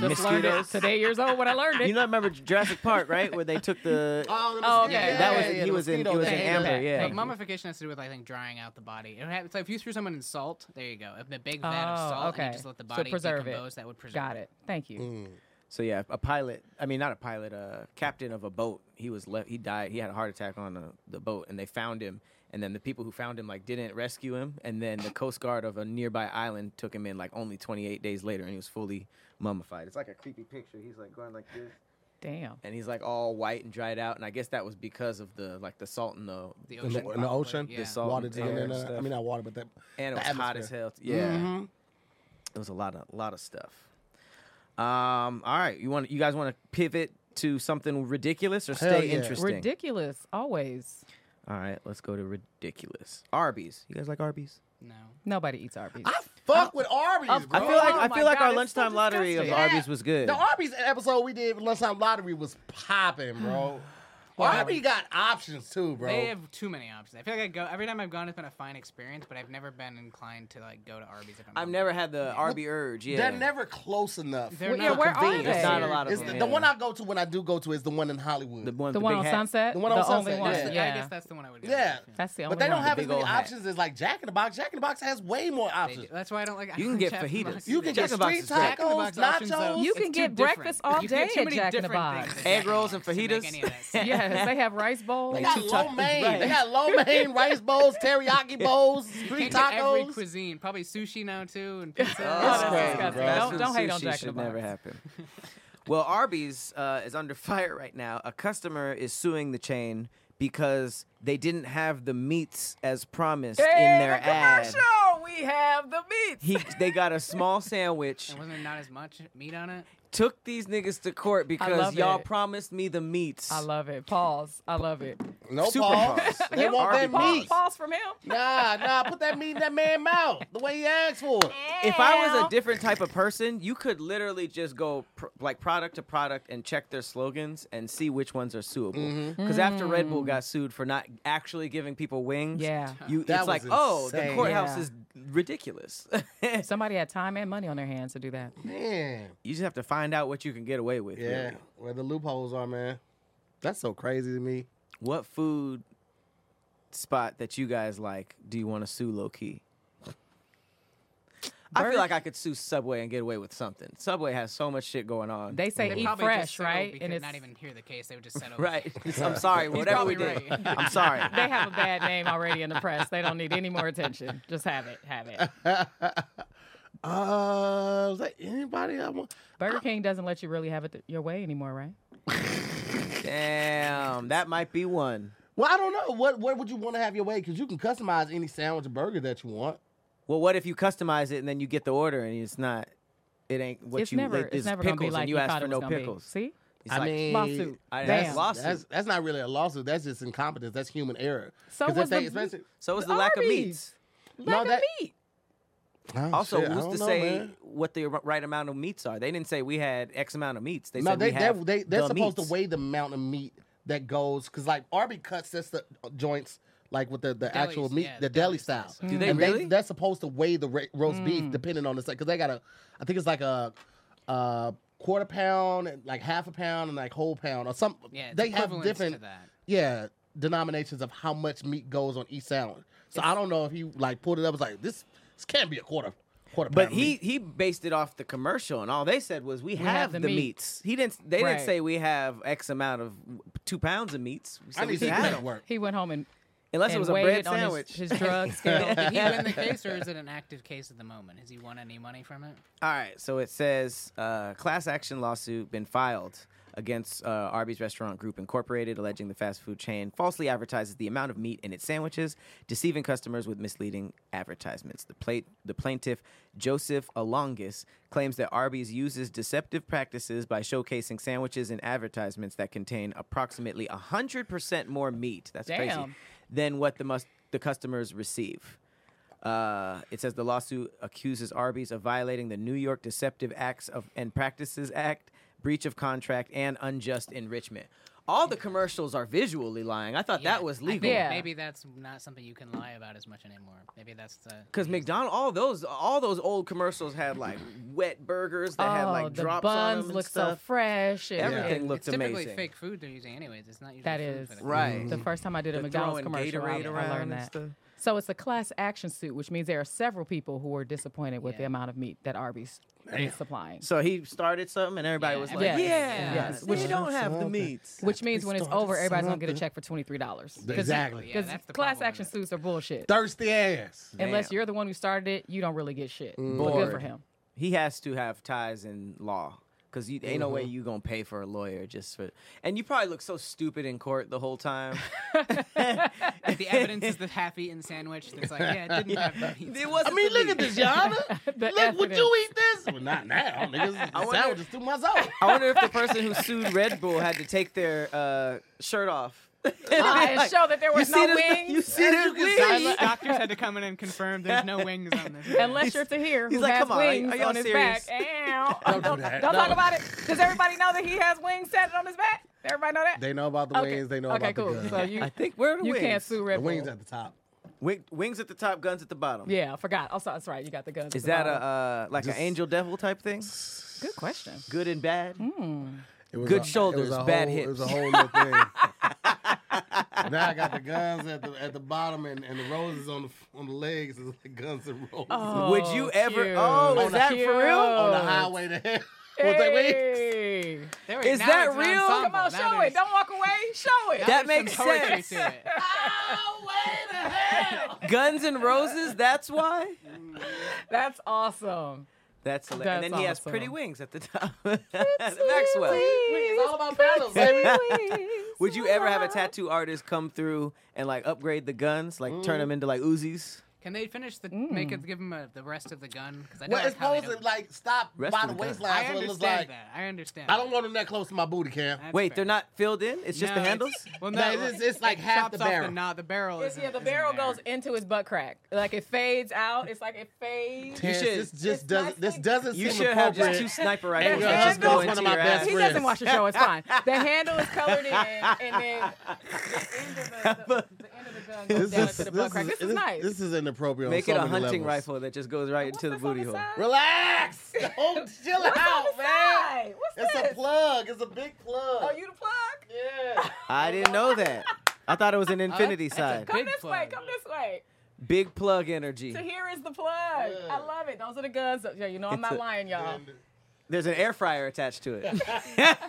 Just learned it
Mosquitoes.
today. Years old when I learned it.
You know, I remember Jurassic Park, right, where they took the.
Oh, the
Oh,
mosquito-
okay.
yeah,
That
yeah,
was-
yeah,
he
the
was in- he
mosquitoes
was
that
in
ate
amber,
them.
yeah.
But
Thank you.
mummification has to do with I think drying out the body. It ha- It's like if you threw someone in salt, there you go. A big vat of
Oh,
salt, and
okay.
you just let the
So
body
preserve it.
decompose. That would preserve.
Got it. Thank you.
So yeah, a pilot. I mean, not a pilot. A captain of a boat. He was left. He died. He had a heart attack on the, the boat, and they found him. And then the people who found him like didn't rescue him. And then the Coast Guard of a nearby island took him in like only 28 days later, and he was fully mummified. It's like a creepy picture. He's like going like this,
Damn.
and he's like all white and dried out. And I guess that was because of the like the salt in the
The
In
ocean.
the, in the
probably,
ocean,
yeah.
salt
water
and
down
air
in
and
there. I
stuff.
mean, not water, but that.
and it was
the
hot as
atmosphere.
hell. Yeah, it was a lot of lot of stuff. Um, all right, you want you guys want to pivot to something ridiculous or
Hell
stay
yeah.
interesting?
Ridiculous. Always.
All right, let's go to ridiculous. Arby's. You guys like Arby's?
No.
Nobody eats Arby's.
I fuck with Arby's, bro.
I feel like
Oh
I
my
feel like
God,
our
it's so
lunchtime lottery of
disgusting.
Arby's was good.
The Arby's episode we did lunchtime lottery was popping, bro. Arby got options too, bro.
They have too many options. I feel like I go every time I've gone, it's been a fine experience, but I've never been inclined to like go to Arby's. If I'm
I've
hungry.
never had the Arby urge. Yeah,
They're never close enough.
They're
Well, yeah,
not
where are
convenient.
they? There's not a
lot of
It's
them,
the,
yeah.
the one I go to when I do go to is the one in Hollywood.
the one, with
the
the
one
big
on
hat.
Sunset.
The one on
only
Sunset,
one.
yeah.
Yeah.
I
I guess that's the one I would. Go
Yeah.
To.
That's the only
but they
one.
don't have as
Big
many
old hat.
options as like Jack in the Box. Jack in the Box has way more
They do.
options.
That's why I don't like.
You can get fajitas.
You can
Jack
get
in the Box
street
is great.
tacos, nachos.
You can get breakfast all day at Jack in the Box.
Egg rolls and fajitas.
yes, they have rice bowls.
They
Like
got
two
lo
tacos,
mein.
right.
They got lo mein, rice bowls, teriyaki bowls,
Three
street
Every
tacos.
cuisine, probably sushi now too, and pizza.
that's
Oh,
crazy, disgusting. bro.
fast
Don't-
food
don't hate on
sushi
Jack in
should
the Box.
Never happen. well, Arby's uh, is under fire right now. A customer is suing the chain because they didn't have the meats as promised in their ad.
commercial, we have the meats.
He, they got a small sandwich.
And wasn't there not as much meat on it?
took these niggas to court because
love
y'all
it.
promised me the meats.
I love it. Pause. I love it.
No
Super
pause.
pause.
They want that
Barbie pause.
meat.
Pause from him.
Nah, nah, put that meat in that man's mouth the way he asked for it.
if I was a different type of person, you could literally just go pr- like product to product and check their slogans and see which ones are suable.
Mm-hmm.
Because after Red Bull got sued for not actually giving people wings,
Mm. Yeah.
you
That
it's like,
was
oh, the
insane.
courthouse
Yeah.
is ridiculous.
somebody had time and money on their hands to do that.
Man.
you just have to find out what you can get away with.
Yeah,
really.
where the loopholes are, man. That's so crazy to me.
What food spot that you guys like do you want to sue low key? I feel
Burger-
like I could sue Subway and get away with something. Subway has so much shit going on.
They say
They
eat
probably
fresh,
just settled
right?
Because not even hear the case. They would just settle.
Right. I'm sorry. Whatever we
probably
did.
right.
I'm sorry.
they have a bad name already in the press. They don't need any more attention. Just have it. Have it.
Uh, is that anybody? I want?
Burger King doesn't let you really have it th- your way anymore, right?
Damn. That might be one.
Well, I don't know. What what would you want to have your way? Because you can customize any sandwich or burger that you want.
Well, what if you customize it and then you get the order and it's not, it ain't what
it's
you
never.
it-
It's never gonna
pickles
be like
and
you,
you ask
thought
for
it
no
was gonna
pickles.
Be. See,
It's
I
like,
mean,
lawsuit.
I-
Damn.
that's lawsuit.
That's, that's not really a lawsuit. That's just incompetence. That's human error.
So
'Cause if
was the-
especially-
so is the lack of
Arby's.
meats.
no,
Lack of
that
meat.
Oh,
Also,
shit, I
who's
don't
to
know,
say
man.
what the r- right amount of meats are? They didn't say we had X amount of meats. They
No,
said
they
we
they,
have
they they're
the
supposed
meats.
to weigh the amount of meat that goes because like Arby cuts that's the joints like with the, the actual
delis,
meat
yeah,
the
the
deli
delis,
style.
yes.
Do they
and
really? Mm.
They, are supposed to weigh the ra- roast beef depending on the because they got a I think it's like a. a Quarter pound and like half a pound and like whole pound or some.
Yeah, it's
they have
equivalence
different
to that.
yeah denominations of how much meat goes on each sandwich. So I don't know if he like pulled it up. It's like this. This can't be a quarter quarter.
But
pound of
he
meat.
he based it off the commercial, and all they said was we,
have
have,
the
the
meat."
meats. He didn't. They
Right.
didn't say we have X amount of two pounds of meats.
I
We said we
need to
can have
get
them.
work.
He went home and
Unless
and
it was a
weighed
bread
on his-
sandwich.
His, drug scale.
Did he win the case, or is it an active case at the moment? Has he won any money from it?
All right, so it says uh, class action lawsuit been filed against uh, Arby's Restaurant Group Incorporated, alleging the fast food chain falsely advertises the amount of meat in its sandwiches, deceiving customers with misleading advertisements. The, pla- the plaintiff, Joseph Alongis, claims that Arby's uses deceptive practices by showcasing sandwiches in advertisements that contain approximately 100% more meat. That's crazy.
Damn.
Than what the, must- the customers receive. Uh, it says the lawsuit accuses Arby's of violating the New York Deceptive Acts of and Practices Act, breach of contract, and unjust enrichment. All the commercials are visually lying. I thought that was
I think
legal.
Yeah.
Maybe that's not something you can lie about as much anymore. Maybe that's the.
Cause McDonald, all those, all those old commercials had like wet burgers that had
Oh,
like
the
drops on
buns
them and
look so
stuff.
fresh. and-
Everything
It's
looked
typically
amazing.
fake food they're using, anyways. It's not usually
That
food
is
for the
Right.
The first time I did a
They're
McDonald's
throwing
commercial, I-
Gatorade
I,
around and
learned that.
stuff.
So it's a class action suit, which means there are several people who are disappointed with the
Yeah.
amount of meat that Arby's is supplying.
So he started something, and everybody
Yeah.
was like,
Yes.
"Yeah,
Yes.
they
Which-
don't have the meats."
which means when it's over, everybody's gonna get a
something.
check for twenty three dollars.
Exactly.
Yeah,
Because
that's the
class
problem
action
with it.
suits are bullshit.
Thirsty ass.
Unless
Damn.
you're the one who started it, you don't really get shit. But good for
Bored.
him.
he has to have ties in law because you ain't no way you gonna pay for a lawyer just for and you probably look so stupid in court the whole time
If the evidence is the half-eaten sandwich, that's like, yeah, it didn't have meat.
it was
I mean, look at this, Yana. look, would you eat this? Well, not now, niggas. The
wonder-
sandwich is too much out.
i wonder if the person who sued red bull had to take their uh, shirt off
I
Like,
show that there
you
was
see
no
this-
wings.
you see this
Guys,
wings?
doctors had to come in and confirm there's no wings on this.
Unless you're to hear
he's
who
like,
has
"Come on, are-
wings
are y'all
on his
serious?"
back. Ow. Don't,
do that.
don't
No.
talk about it. Does everybody know that he has wings set on his back? Everybody know that?
They know about the
okay.
wings. They know
okay,
about
cool.
the gun.
So you,
i think where are the
you
wings?
can't sue
the
Red Bull.
wings at the top.
Wing, wings at the top guns at the bottom
Yeah, I forgot. Oh, so- that's right. You got the guns.
is
at the
that a
bottom.
uh, like an angel devil type thing
good question?
good and bad
It was
Good
a- it was
shoulders,
a
bad
whole- It was a
hips.
whole little thing. now I got the guns at the at the bottom and, and the roses on the on the legs is like guns and roses
would
Oh,
you ever
cute.
oh
On
is
the-
that for real
on the
cute.
highway to hell. with the wings.
Hey.
There
Is
now
that
it's an
real?
ensemble.
Come on,
Now
show
there's-
it. Don't walk away. Show it.
That
there's
makes
some poetry
sense.
To it.
guns and roses that's why
That's awesome.
That's hilarious. and
That's
then he has pretty
awesome.
wings at the top. Maxwell.
It's all about balance, baby.
Mm. Would you ever have a tattoo artist come through and like upgrade the guns, like turn them into like Uzis?
Can they finish the
Mm.
make it give him a, the rest of the gun? Because I don't
Well, it's
like how they
supposed to
don't-
like stop
Rest
by
of
the
the gun.
waistline,
I
so it
understand
looks like
that. I understand.
I don't
that.
want them that close to my booty, Cam.
That's
Wait,
fair.
they're not filled in. It's just
No,
the handles.
It's, well,
No,
no,
it's- it's like
it
half the
chops off
barrel.
The, knot, the barrel
It's,
is
yeah, the barrel
there.
goes into his butt crack. Like it fades out. It's like it fades.
Terrence,
should-
this just
it's
doesn't. This
plastic.
doesn't
You
seem
should have just two
appropriate.
sniper
Hey,
rifles
yo,
that just
this
go
is
one
into
of my
your
best
ass.
He
friends.
doesn't watch the show. It's fine. The handle is colored in, and then the end of the, the, the end of the gun goes down into the butt crack. This, is nice.
This is inappropriate.
Make
on
it
so
a
many
hunting
levels.
rifle that just goes right into the
What's this on
booty hole.
side?
Relax. Oh, chill
What's on
out,
the
man.
side? What's
It's
this?
a plug. It's a big plug.
Oh, you the plug?
Yeah.
I didn't know that. I thought it was an infinity
that's a
side.
good-
Come
Big
this way.
plug.
Come this way.
Big plug energy.
So here is the plug.
Yeah.
I love it. Those are the guns. Yeah, you know I'm
It's
not
a-
lying, y'all.
There's an air fryer attached to it.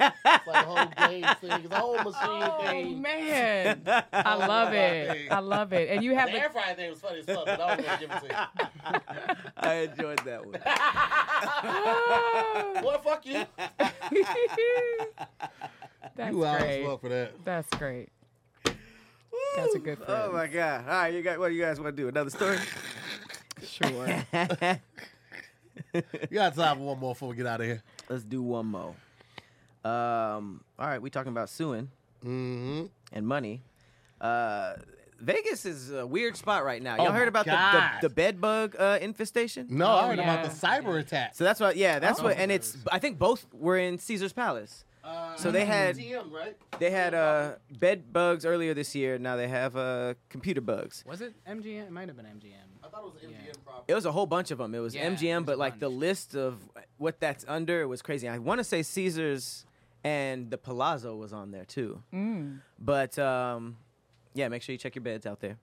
It's like a whole game thing. It's a whole machine
Oh
thing.
man, I love it. I love it. And you have
The
the
air fryer thing was funny as fuck, but I was gonna give it to you.
I enjoyed that one.
Boy, fuck you.
That's
You out as
great.
fuck for that.
That's great. That's a good
Oh
friend.
my god! All right, you got what do you guys want to do? Another story?
Sure.
You got time for one more before we get out of here.
Let's do one more. Um, all right, we talking about suing
Mm-hmm.
and money. Uh, Vegas is a weird spot right now. Y'all
Oh my
heard about
God.
the, the, the bed bug uh, infestation?
No, I heard about the
Oh, yeah.
cyber attack.
So that's what. Yeah, that's
Oh.
what. And it's. I think both were in Caesar's Palace.
Uh,
So they had-
TM, right?
They had uh, bed bugs earlier this year. Now they have uh, computer bugs.
Was it MGM? It might have been MGM.
I
uh,
thought it was
Yeah.
MGM property.
It was a whole bunch of them. It was
Yeah, it
MGM,
was
but
a
like the
bunch.
list of what that's under it was crazy. I want to say Caesar's and the Palazzo was on there too.
Mm.
But um, yeah, make sure you check your beds out there.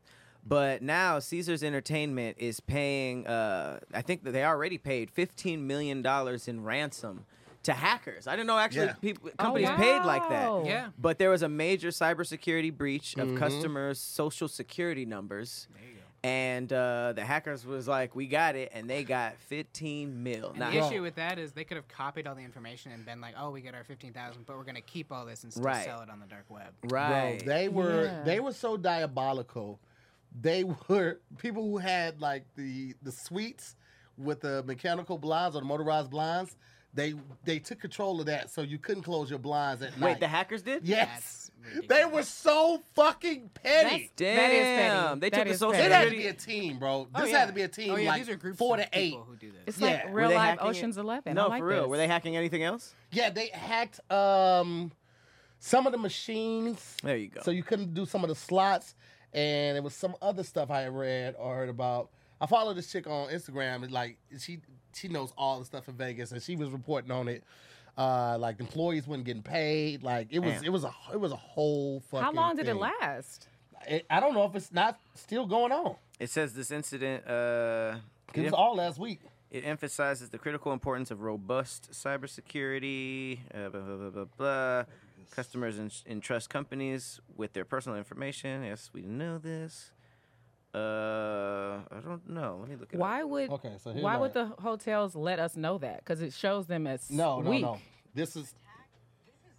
But now Caesar's Entertainment is paying. Uh, I think that they already paid fifteen million dollars in ransom to hackers. I didn't know actually
Yeah.
Oh,
people companies paid like
wow.
that.
Yeah.
But there was a major cybersecurity breach of customers' social security numbers. And uh, the hackers was like, "We got it," and they got 15 mil.
And
Now,
the issue with that is they could have copied all the information and been like, "Oh, we get our fifteen thousand, but we're gonna keep all this and still
Right.
sell it on the dark web."
Bro,
right?
they were
Yeah.
they were so diabolical. They were people who had like the the suites with the mechanical blinds or the motorized blinds. They they took control of that, so you couldn't close your blinds at
Wait,
night.
the hackers did?
yes,
That's ridiculous.
they were so fucking petty.
That's- That is petty.
Damn, they
That
took the
is
social
petty.
It had to
security.
be a team, bro.
Oh,
This
yeah.
had to be a team.
Oh yeah,
like
these are groups
four
of
to eight.
people who do this.
It's
Yeah.
like
Were
Were
real
they
life
hacking it?
Ocean's Eleven.
No,
I like
for real.
This.
Were they hacking anything else?
Yeah, they hacked um some of the machines.
There you go.
So you couldn't do some of the slots, and it was some other stuff I had read or heard about. I follow this chick on Instagram, and like she she knows all the stuff in Vegas, and she was reporting on it. Uh, like employees weren't getting paid. Like it was
Damn.
it was a it was a whole fucking.
How long did it
thing.
last?
It- I don't know if it's not still going on.
It says this incident. Uh,
It was all last week.
It emphasizes the critical importance of robust cybersecurity, uh, blah, blah, blah, blah, blah. Customers en- entrust companies with their personal information. Yes, we know this. Uh, I don't know. Let me look it
Why
up.
would
Okay, so here's
why
my-
would the hotels let us know that? Because it shows them as
No, no,
weak.
no. This is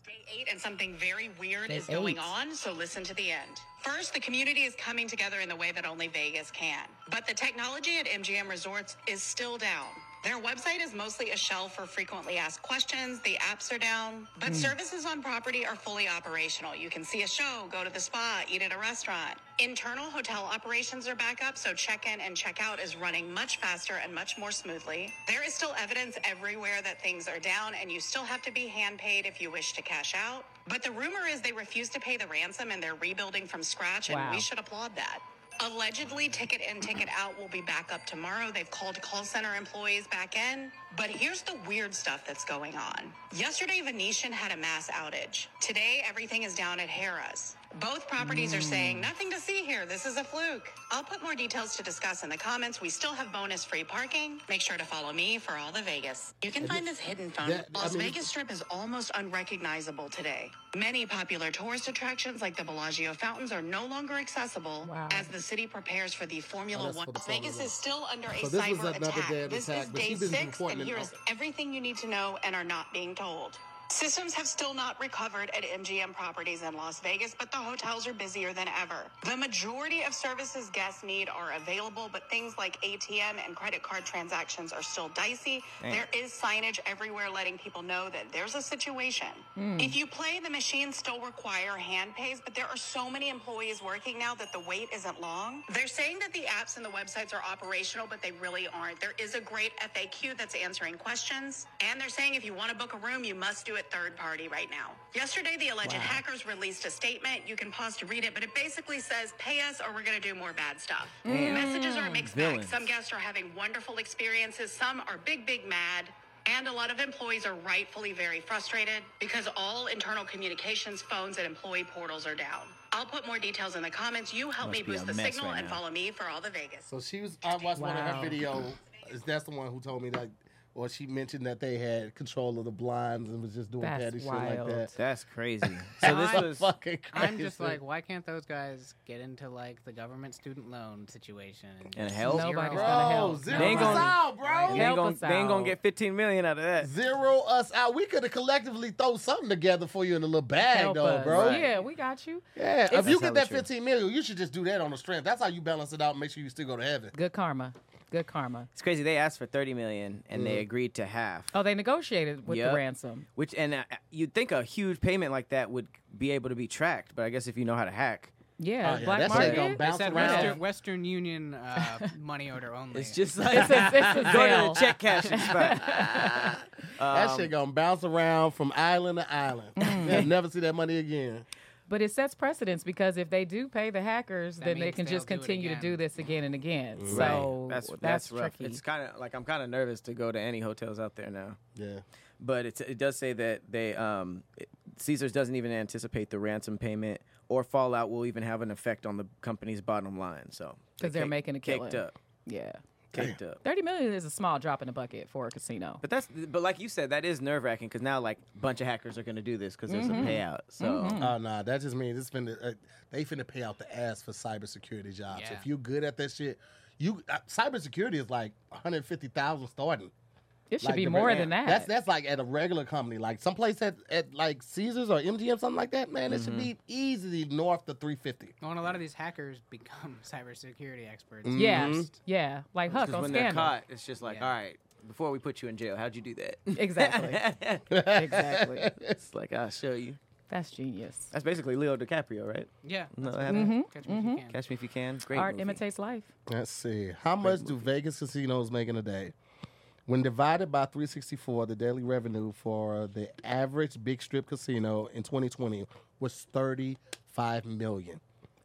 Day eight, and something very weird
Day
is going
eight.
on, so listen to the end. First, the community is coming together in the way that only Vegas can. But the technology at MGM Resorts is still down. Their website is mostly a shell for frequently asked questions. The apps are down, but
Hmm.
services on property are fully operational. You can see a show, go to the spa, eat at a restaurant. Internal hotel operations are back up, so check in and check out is running much faster and much more smoothly. There is still evidence everywhere that things are down, and you still have to be hand paid if you wish to cash out. But the rumor is they refuse to pay the ransom and they're rebuilding from scratch, and
Wow.
we should applaud that. Allegedly, ticket in, ticket out will be back up tomorrow. They've called call center employees back in. But here's the weird stuff that's going on. Yesterday, Venetian had a mass outage. Today, everything is down at Harrah's. Both properties are
Hmm.
saying, nothing to see here. This is a fluke. I'll put more details to discuss in the comments. We still have bonus free parking. Make sure to follow me for all the Vegas. You can find this hidden phone.
that- I
Las
mean-
Vegas Strip is almost unrecognizable today. Many popular tourist attractions like the Bellagio fountains are no longer accessible
Wow.
as the city prepares for the Formula
that's
One.
for the
Las Vegas
Formula
is still under a
So this was
cyber
another
attack.
day of
This
attack,
is
but
day
she's been
six,
reporting
and
it
here
all-
is everything you need to know and are not being told. Systems have still not recovered at MGM properties in Las Vegas, but the hotels are busier than ever. The majority of services guests need are available, but things like ATM and credit card transactions are still dicey.
Damn.
There is signage everywhere letting people know that there's a situation. If you play, the machines still require hand pays, but there are so many employees working now that the wait isn't long. They're saying that the apps and the websites are operational, but they really aren't. There is a great FAQ that's answering questions, and they're saying if you want to book a room, you must do it third party right now. Yesterday, the alleged hackers released a statement. You can pause to read it, but it basically says, "Pay us, or we're going to do more bad stuff." Messages are a mixed bag.
Villains.
Some guests are having wonderful experiences. Some are big, big mad. And a lot of employees are rightfully very frustrated because all internal communications, phones, and employee portals are down. I'll put more details in the comments. You help
Must
me
be
boost
a
the
mess
signal
right
and
now.
follow me for all the Vegas.
So she was. I watched one of
Wow.
her video. Is that's the one who told me that, or she mentioned that they had control of the blinds and was just doing
That's
petty shit like
wild.
that.
That's crazy. So this
I'm
was
Fucking crazy.
I'm just like, why can't those guys get into like the government student loan situation?
and hell.
Nobody's
Zero.
gonna
bro,
help.
zero
They ain't
us
gonna-
out, bro.
They
Help
ain't, gonna,
us
they ain't gonna
out.
get 15 million out of that.
Zero us out. We could have collectively throw something together for you in a little bag,
Help
though,
us.
bro.
Yeah, we got you.
Yeah, if
It's-
you
That's
get that
how we should.
15 million, you should just do that on the strength. That's how you balance it out and make sure you still go to heaven.
Good karma. Good karma.
It's crazy. They asked for 30 million and they agreed to half.
Oh, they negotiated with
Yep.
the ransom.
Oh,
Which and uh, you'd think a huge payment like that would be able to be tracked, but I guess if you know how to hack,
Yeah,
Oh, yeah,
black
that shit
market.
gonna bounce
It's that
around.
Western, Western Union uh, money order only.
it's just like
It's a- it's a
go to
sale.
the check cashing spot.
that shit gonna bounce around from island to island. They'll never see that money again.
But it sets precedence because if they do pay the hackers,
That
then they
means
can
they'll
just
do it
continue to
again.
do this again and again.
Right.
So
that's that's, rough.
tricky.
It's kind of like I'm kind of nervous to go to any hotels out there now.
Yeah.
but it's, it does say that they um, it- Caesars doesn't even anticipate the ransom payment or fallout will even have an effect on the company's bottom line. So
'Cause they're
cake-
making a
caked
killing.
up,
yeah.
caked up.
Thirty million is a small drop in the bucket for a casino.
But that's but like you said, that is nerve wracking because now like a bunch of hackers are going to do this because there's a payout. So
Oh nah, that just means it's finna uh, they finna pay out the ass for cybersecurity jobs.
Yeah.
If you're good at that shit, you uh, cybersecurity is like 150,000 starting.
It should
Like
be
the-
more than that.
That's that's like at a regular company, like someplace at, at like Caesars or MGM, something like that. Man, it should be easily north to 350.
Well, and a lot of these hackers become cybersecurity experts.
Mm-hmm.
yeah, yeah. Like Huck
'Cause
on
when they're
Scandal.
caught, it's just like
Yeah.
all right. Before we put you in jail, how'd you do that?
Exactly. exactly.
it's like I'll show you.
That's genius.
That's basically Leo DiCaprio, right?
Yeah.
No,
that's
I
what-
haven't.
Catch me
Mm-hmm.
if you can.
Catch me if you can. Great
Art
movie.
imitates life.
Let's see. How much do Vegas casinos make in a day? When divided by 364, the daily revenue for the average big strip casino in 2020 was 35 million.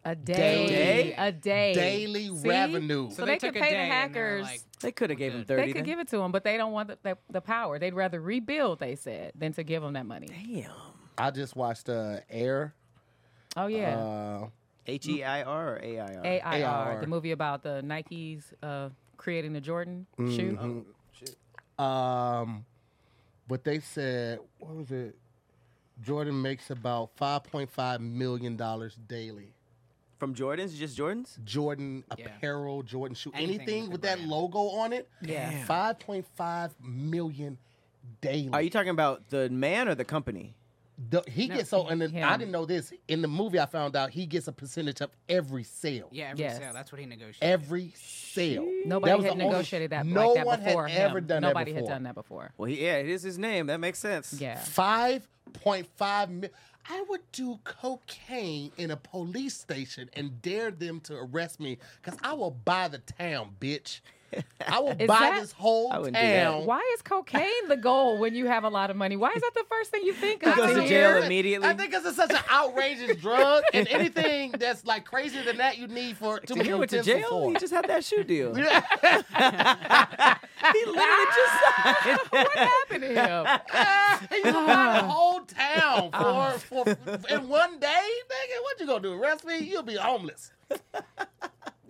A day,
Day?
a day,
Daily
See?
revenue.
So,
So
they,
took
could
a
pay the
day and they were
hackers.
like,
They could have gave him
they
thirty.
could give it to them, but they don't want the, the, the power. They'd rather rebuild. They said than to give them that money.
it. Damn.
I just watched uh, Air.
Oh yeah.
Uh,
H e i r or a i r.
AIR,
AIR.
the movie about the Nikes uh, creating the Jordan
Mm-hmm.
shoe.
Um, but they said, what was it? Jordan makes about five point five million dollars daily.
From Jordans, just Jordans.
Jordan
Yeah.
apparel, Jordan shoe,
Anything
anything,
with
with
the
that
brand.
logo on it.
Yeah.
five point five million daily.
Are you talking about the man or the company?
The- he gets so, and then I
him.
didn't know this. In the movie, I found out he gets a percentage of every sale.
yeah, every
Yes.
sale. That's what he negotiated.
Every sale.
Nobody
That was
had
the only-
negotiated that
No
like that
one
before.
had ever
him.
done
Nobody
that before.
had done that before.
Well, he, yeah, it is his name. That makes sense.
Yeah.
Five point five million. I would do cocaine in a police station and dare them to arrest me because I will buy the town, bitch. I will buy
Is that-
this whole
I wouldn't do that.
town.
Why is cocaine the goal when you have a lot of money? Why is that the first thing you think of?
goes to
Tahir?
jail immediately?
I think because it's such an outrageous drug, and anything that's like crazier than that, you need for to
Did
be
he went to
intensive
jail?
for.
He just had that shoe deal. he
Yeah.
literally just signed.
What happened to him?
you buy the whole town for, for, in one day, nigga. What you gonna do? Arrest me? You'll be homeless.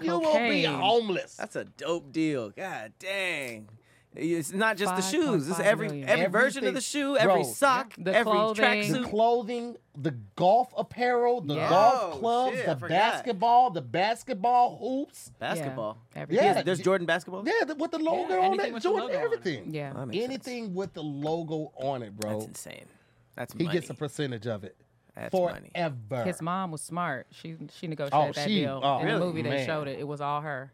You will be
Cocaine.
homeless.
That's a dope deal. God dang. It's not just the shoes. It's
5.5
every
million.
every version of
Everything.
the shoe, every
Bro.
sock,
The
every
clothing.
the
tracksuit.
clothing, the golf apparel, the
Yeah.
golf
Oh,
clubs,
shit, I
the
forgot.
basketball, the basketball hoops.
Basketball.
Yeah. Every-
Yeah.
There's, there's Jordan basketball. Oh,
Yeah, the, with the logo on
anything
it,
with the
Jordan,
logo on it.
everything.
Yeah.
That makes sense.
Anything with the logo on it, bro.
That's insane. That's
He
money.
gets a percentage of it
That's money.
forever.
His mom was smart. She she negotiated
Oh,
that
she-
deal
oh,
in
really?
the movie. They
Man.
showed it. It was all her.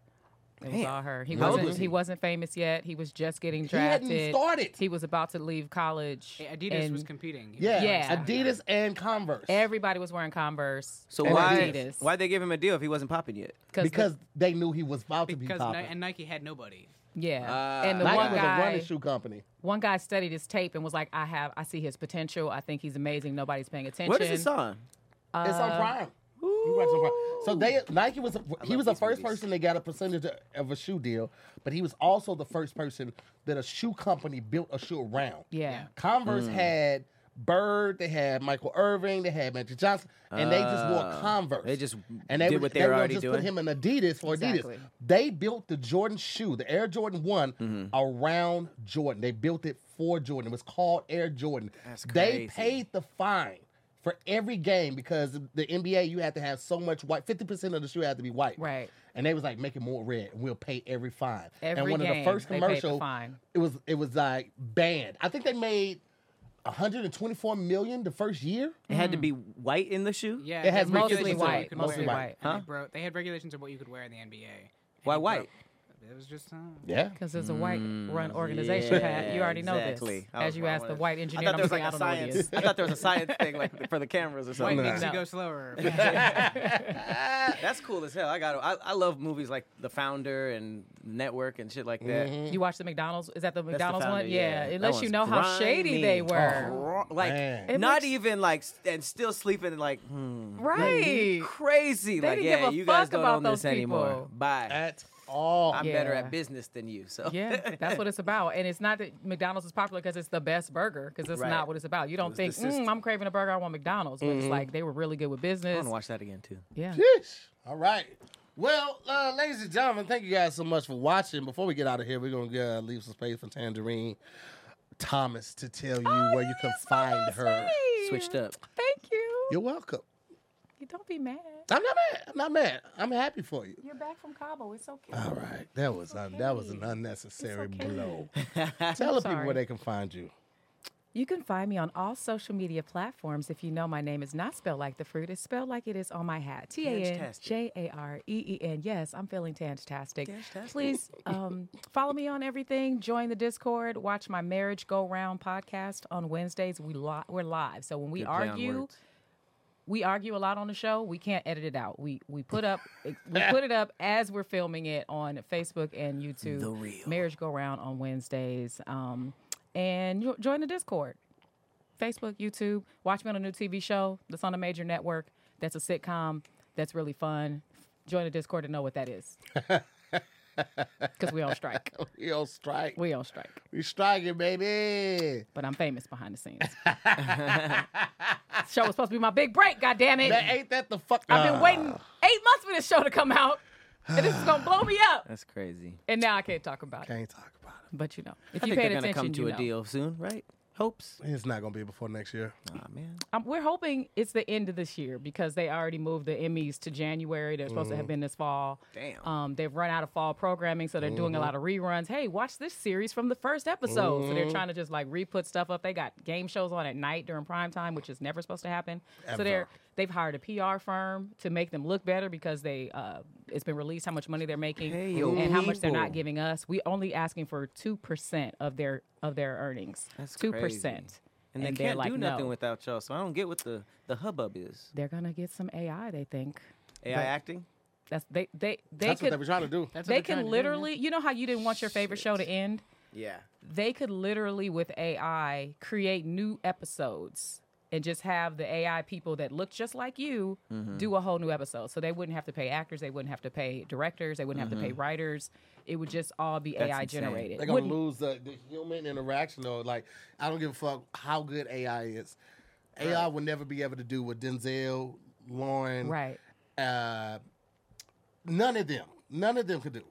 It was
Damn.
all her. He
How old
wasn't
was
he
he?
wasn't famous yet. He was just getting
He hadn't
drafted.
started.
He was about to leave college.
Hey, Adidas
and
was competing.
Yeah,
Yeah.
Adidas and Converse.
Everybody was wering Converse.
So
or
why
Adidas.
why they give him a deal if he wasn't popping yet?
the-
because they knew he was about to be
because
popping.
Ni- and Nike had nobody.
yeah,
Ah.
and the
Nike
one
was a
guy
running shoe company.
one guy studied his tape and was like, I have I see his potential. I think he's amazing. Nobody's paying attention.
What is this on?
it's
uh,
on Prime. You watch on Prime. So they Nike was he was the
these
first
movies.
person that got a percentage of a shoe deal, but he was also the first person that a shoe company built a shoe around.
Yeah.
Converse
Hmm.
had Bird, they had Michael Irving, they had Magic Johnson, and they just
Ah.
wore Converse.
They just
and they
did
would-
what they
they
were
would
already
just
doing.
Put him in Adidas for
Exactly.
Adidas. They built the Jordan shoe, the Air Jordan One,
Mm-hmm.
around Jordan. They built it for Jordan. It was called Air Jordan.
That's crazy.
They paid the fine for every game because the NBA you had to have so much white. Fifty percent of the shoe had to be white.
Right.
And they was like, make it more red, and we'll pay every fine. and
Every
one of
game,
the first
they paid the
commercials,
fine.
it was it was like banned. I think they made 124 million the first year.
It had to be
Mm.
white in the shoe.
Yeah,
It has
they had
mostly
regulations on what
white,
you could
mostly
wear,
white.
and they
Huh?
bro- they had regulations on what you could wear in the NBA. and
Why
they broke-
white?
It was just. Uh,
Yeah.
Because it's a white run organization, Pat. You already know
Mm, exactly.
this.
I
As
was
you
wrong
asked the
with it.
white
I
engineer,
thought
I'm
there was
like,
like
I
a
don't know what it
science.
is.
I thought there was a science thing like for the cameras or
white
something.
makes
No.
you go slower.
That's cool as hell. I got. I, I love movies like The Founder and Network and shit like that.
You watch the McDonald's? Is that the Mm-hmm. McDonald's
founder,
one? Yeah.
yeah.
It
That
lets you
one's
know how shady they
grimy. Oh,
were.
Ro- Like
Man.
It
not
makes-
even like s- and still sleeping like hmm,
Right.
crazy.
They
like
didn't
yeah,
give a
you guys
fuck
don't
about
own this
those
anymore.
people.
Bye.
At all.
I'm
Yeah.
better at business than you. So
Yeah, that's what it's about. And it's not that McDonald's is popular because it's the best burger, because that's
Right.
not what it's about. You don't
was the
think,
system.
mm, I'm craving a burger, I want McDonald's. But it's like they were really good with
Mm-hmm. I
business.
want to watch that again too.
Yeah.
Sheesh. All right. Well, uh, ladies and gentlemen, thank you guys so much for watching. Before we get out of here, we're going to uh, leave some space for Tangerine Thomas to tell you
Oh,
where you can find her.
Switched up.
Thank you.
You're welcome.
You Don't be mad.
I'm not mad. I'm not mad. I'm happy for you.
You're back from Cabo. It's okay.
All right. That was un- that was an unnecessary
It's okay.
blow. Tell the people where
sorry.
they can find you.
You can find me on all social media platforms. If you know my name is not spelled like the fruit, it's spelled like it is on my hat. T A N J A R E E N. Yes, I'm feeling tantastic. Please um, follow me on everything. Join the Discord. Watch my Marriage Go Round podcast on Wednesdays. We li- we're live, so when we
Good play on
argue,
words.
we argue a lot on the show. We can't edit it out. We we put up we put it up as we're filming it on Facebook and YouTube.
The real.
Marriage Go Round on Wednesdays. Um, and jo- join the Discord, Facebook, YouTube. Watch me on a new TV show that's on a major network. That's a sitcom. That's really fun. Join the Discord to know what that is. Because we on strike.
We on strike.
We on strike.
We striking, baby.
But I'm famous behind the scenes. show was supposed to be my big break. God damn it!
That ain't that the fuck.
I've been waiting
Ah.
eight months for this show to come out, and this is gonna blow me up.
That's crazy.
And now I can't talk about it.
Can't talk about
But you know, if
I
you
think
paid
they're gonna
attention,
come to
you
a
know.
deal soon, right? Hopes.
it. It's not gonna be before next year.
Aw, man.
Um, we're hoping it's the end of this year because they already moved the Emmys to January. They're supposed to have been this fall.
Mm-hmm. Damn. Mm-hmm.
Um, they've run out of fall programming, so they're doing a lot of reruns. Hey, watch this series from the first episode. So
Mm-hmm.
they're trying to just like re-put stuff up. They got game shows on at night during prime time, which is never supposed to happen. So they're
Ever.
they've hired a PR firm to make them look better because they uh, it's been released how much money they're making
Hey, yo,
and how much they're not
people.
giving us. We only asking for two percent of their of their earnings.
That's
two
crazy.
percent.
And they
And they're
can't do
like,
nothing
no.
without y'all. So I don't get what the the hubbub is.
They're gonna get some AI. They think
AI acting.
that's they they they
That's what
could
they were trying to do.
That's what
they
they're trying
can
to do,
literally you know how you didn't want your favorite show to end.
Yeah.
They could literally with AI create new episodes and just have the AI people that look just like you
Mm-hmm.
do a whole new episode. So they wouldn't have to pay actors, they wouldn't have to pay directors, they wouldn't have to pay writers. It would just all be AI
insane.
generated.
Mm-hmm. They're gonna
Wouldn't-
lose the, the human interaction though. Like I don't give a fuck how good AI is. AI will never be able to do what Denzel, Lauren,
Right.
uh, none of them, none of them could do.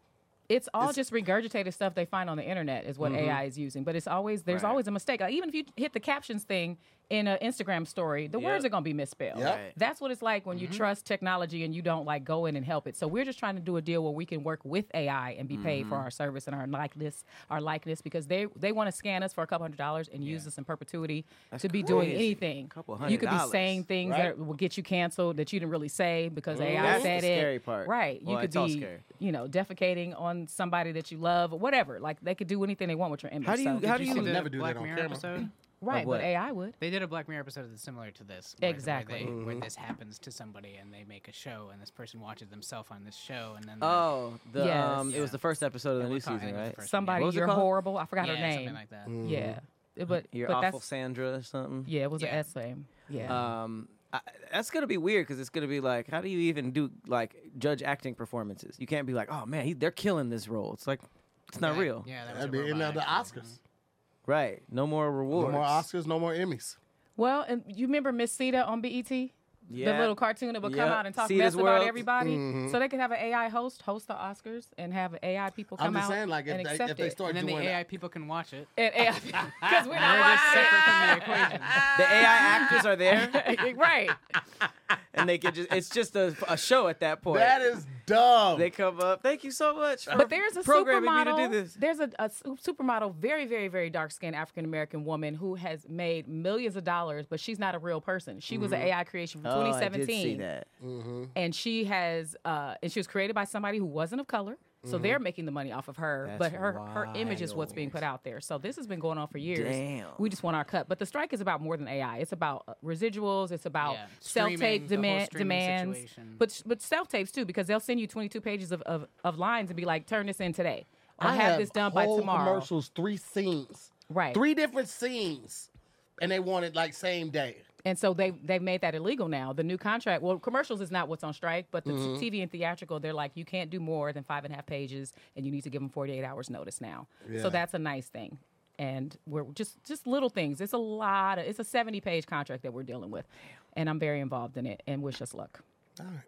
It's all just regurgitated stuff
Mm-hmm.
they find on the internet is what AI is using. But it's always there's always a mistake. Like, even if you hit the captions thing, in an Instagram story, the words are gonna be misspelled.
Yep.
Right.
That's what it's like when
Mm-hmm.
you trust technology and you don't like go in and help it. So we're just trying to do a deal where we can work with AI and be paid
Mm-hmm.
for our service and our likeness, our likeness, because they they want to scan us for a couple hundred dollars and use us in perpetuity to be doing
crazy.
anything.
Couple
you
hundred
could be
dollars,
saying things
right?
that will get you canceled that you didn't really say because AI
That's the
said it.
scary part.
Right.
Well,
you could
it's all
be
scary.
you know defecating on somebody that you love, or whatever. Like they could do anything they want with your image.
How do you-
So-
how
Did
do
see
you-
the
Never do that
Black
on
Mirror
camera.
episode?
right?
what?
But AI would.
They did a Black Mirror episode that's similar to this. where- where
Exactly.
they- Where, this happens to somebody and they make a show and this person watches themselves on this show and then. they're-
Oh, the
Yes.
um, it was the first episode of the
Yeah,
new
we caught it.
season,
It was the
right?
first-
Somebody,
What was it
you're
called?
horrible. I forgot
yeah,
her name.
Something like that.
Yeah, It- but
You're
but
awful,
that's
Sandra, or something.
yeah, it was an
Yeah.
essay. Yeah,
Um, I, that's gonna be weird because it's gonna be like, how do you even do like judge acting performances? You can't be like, oh man, he, they're killing this role. It's like, it's not
That-
real.
Yeah, that was
That'd
a
be in
robot,
the
actually.
Oscars.
Right. No more
No
rewards.
more Oscars, no more Emmys.
Well, and you remember Miss Sita on BET?
Yeah.
The little cartoon that would come
Yep.
out and talk
Sita's
mess about
World.
everybody. So they could have an AI host host the Oscars and have AI people come
I'm just
out
saying, like,
and
if they,
accept
if they
it.
start
And then the
doing
AI people can watch it.
and AI because we're
They're
not
just separate from the equation.
The AI actors are there,
watching. right.
and they could just—it's just a, a show at that point.
that is dumb.
They come up. Thank you so much. For
But there's a
programming
supermodel.
me to do this.
There's a, a su- supermodel, very, very, very dark skinned African American woman who has made millions of dollars, but she's not a real person. She was an AI creation from
Oh, I did
2017.
see that.
and she has uh and she was created by somebody who wasn't of color so they're making the money off of her but
That's
her her image is what's being put out there so this has been going on for years
Damn.
we just want our cut but the strike is about more than ai it's about uh, residuals it's about
Yeah.
self-tape
Streaming, the whole
demand
streaming
demands
situation.
but but self-tapes too because they'll send you 22 pages of, of, of lines and be like turn this in today or
I
have this done by
whole
tomorrow
Commercials, three scenes,
Right.
Three different scenes, and they want it like same day.
And so they they've made that illegal now. The new contract, well, commercials is not what's on strike, but the t-
Mm-hmm.
TV and theatrical, they're like you can't do more than five and a half pages, and you need to give them forty eight hours notice now.
Yeah.
So that's a nice thing. And we're just just little things. It's a lot. Of, it's a seventy page contract that we're dealing with, and I'm very involved in it. And wish us luck.
All right.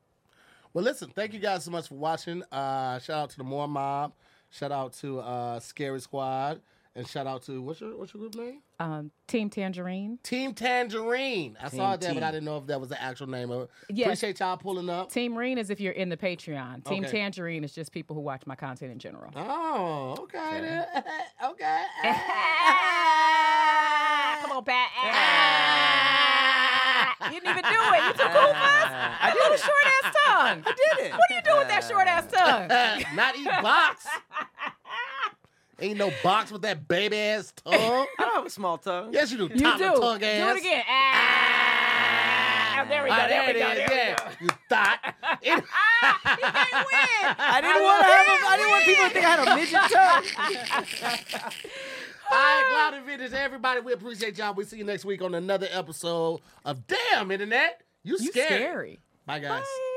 Well, listen, thank you guys so much for watching. Uh, shout out to the More Mob. Shout out to uh, Scary Squad. And shout out to what's your what's your group name?
Um, Team Tangerine,
Team Tangerine. I saw it there,
T.
but I didn't know if that was the actual name of it.
Yes.
Appreciate y'all pulling up.
Team Reen is if you're in the Patreon. Team
Okay.
Tangerine is just people who watch my content in general.
oh, okay. then. okay.
Come on, Pat. you didn't even do it. You too cool for us. I did a short ass tongue. I did
it.
What do you do with that short ass tongue?
Not eat box. Ain't no box with that baby ass tongue.
I don't have a small tongue.
Yes, you do.
You
Top
do.
of tongue
do
ass.
it again. Ah. There we go.
Ah,
There we
it
go.
is,
There we go.
yeah. You thought. It-
Ah, you can't win.
I didn't want to have. A, I didn't want people to think I had a midget tongue.
All right, Cloud Inventors, everybody, we appreciate y'all. we see you next week on another episode of Damn Internet. You
You
scary.
scary.
Bye, guys.
Bye.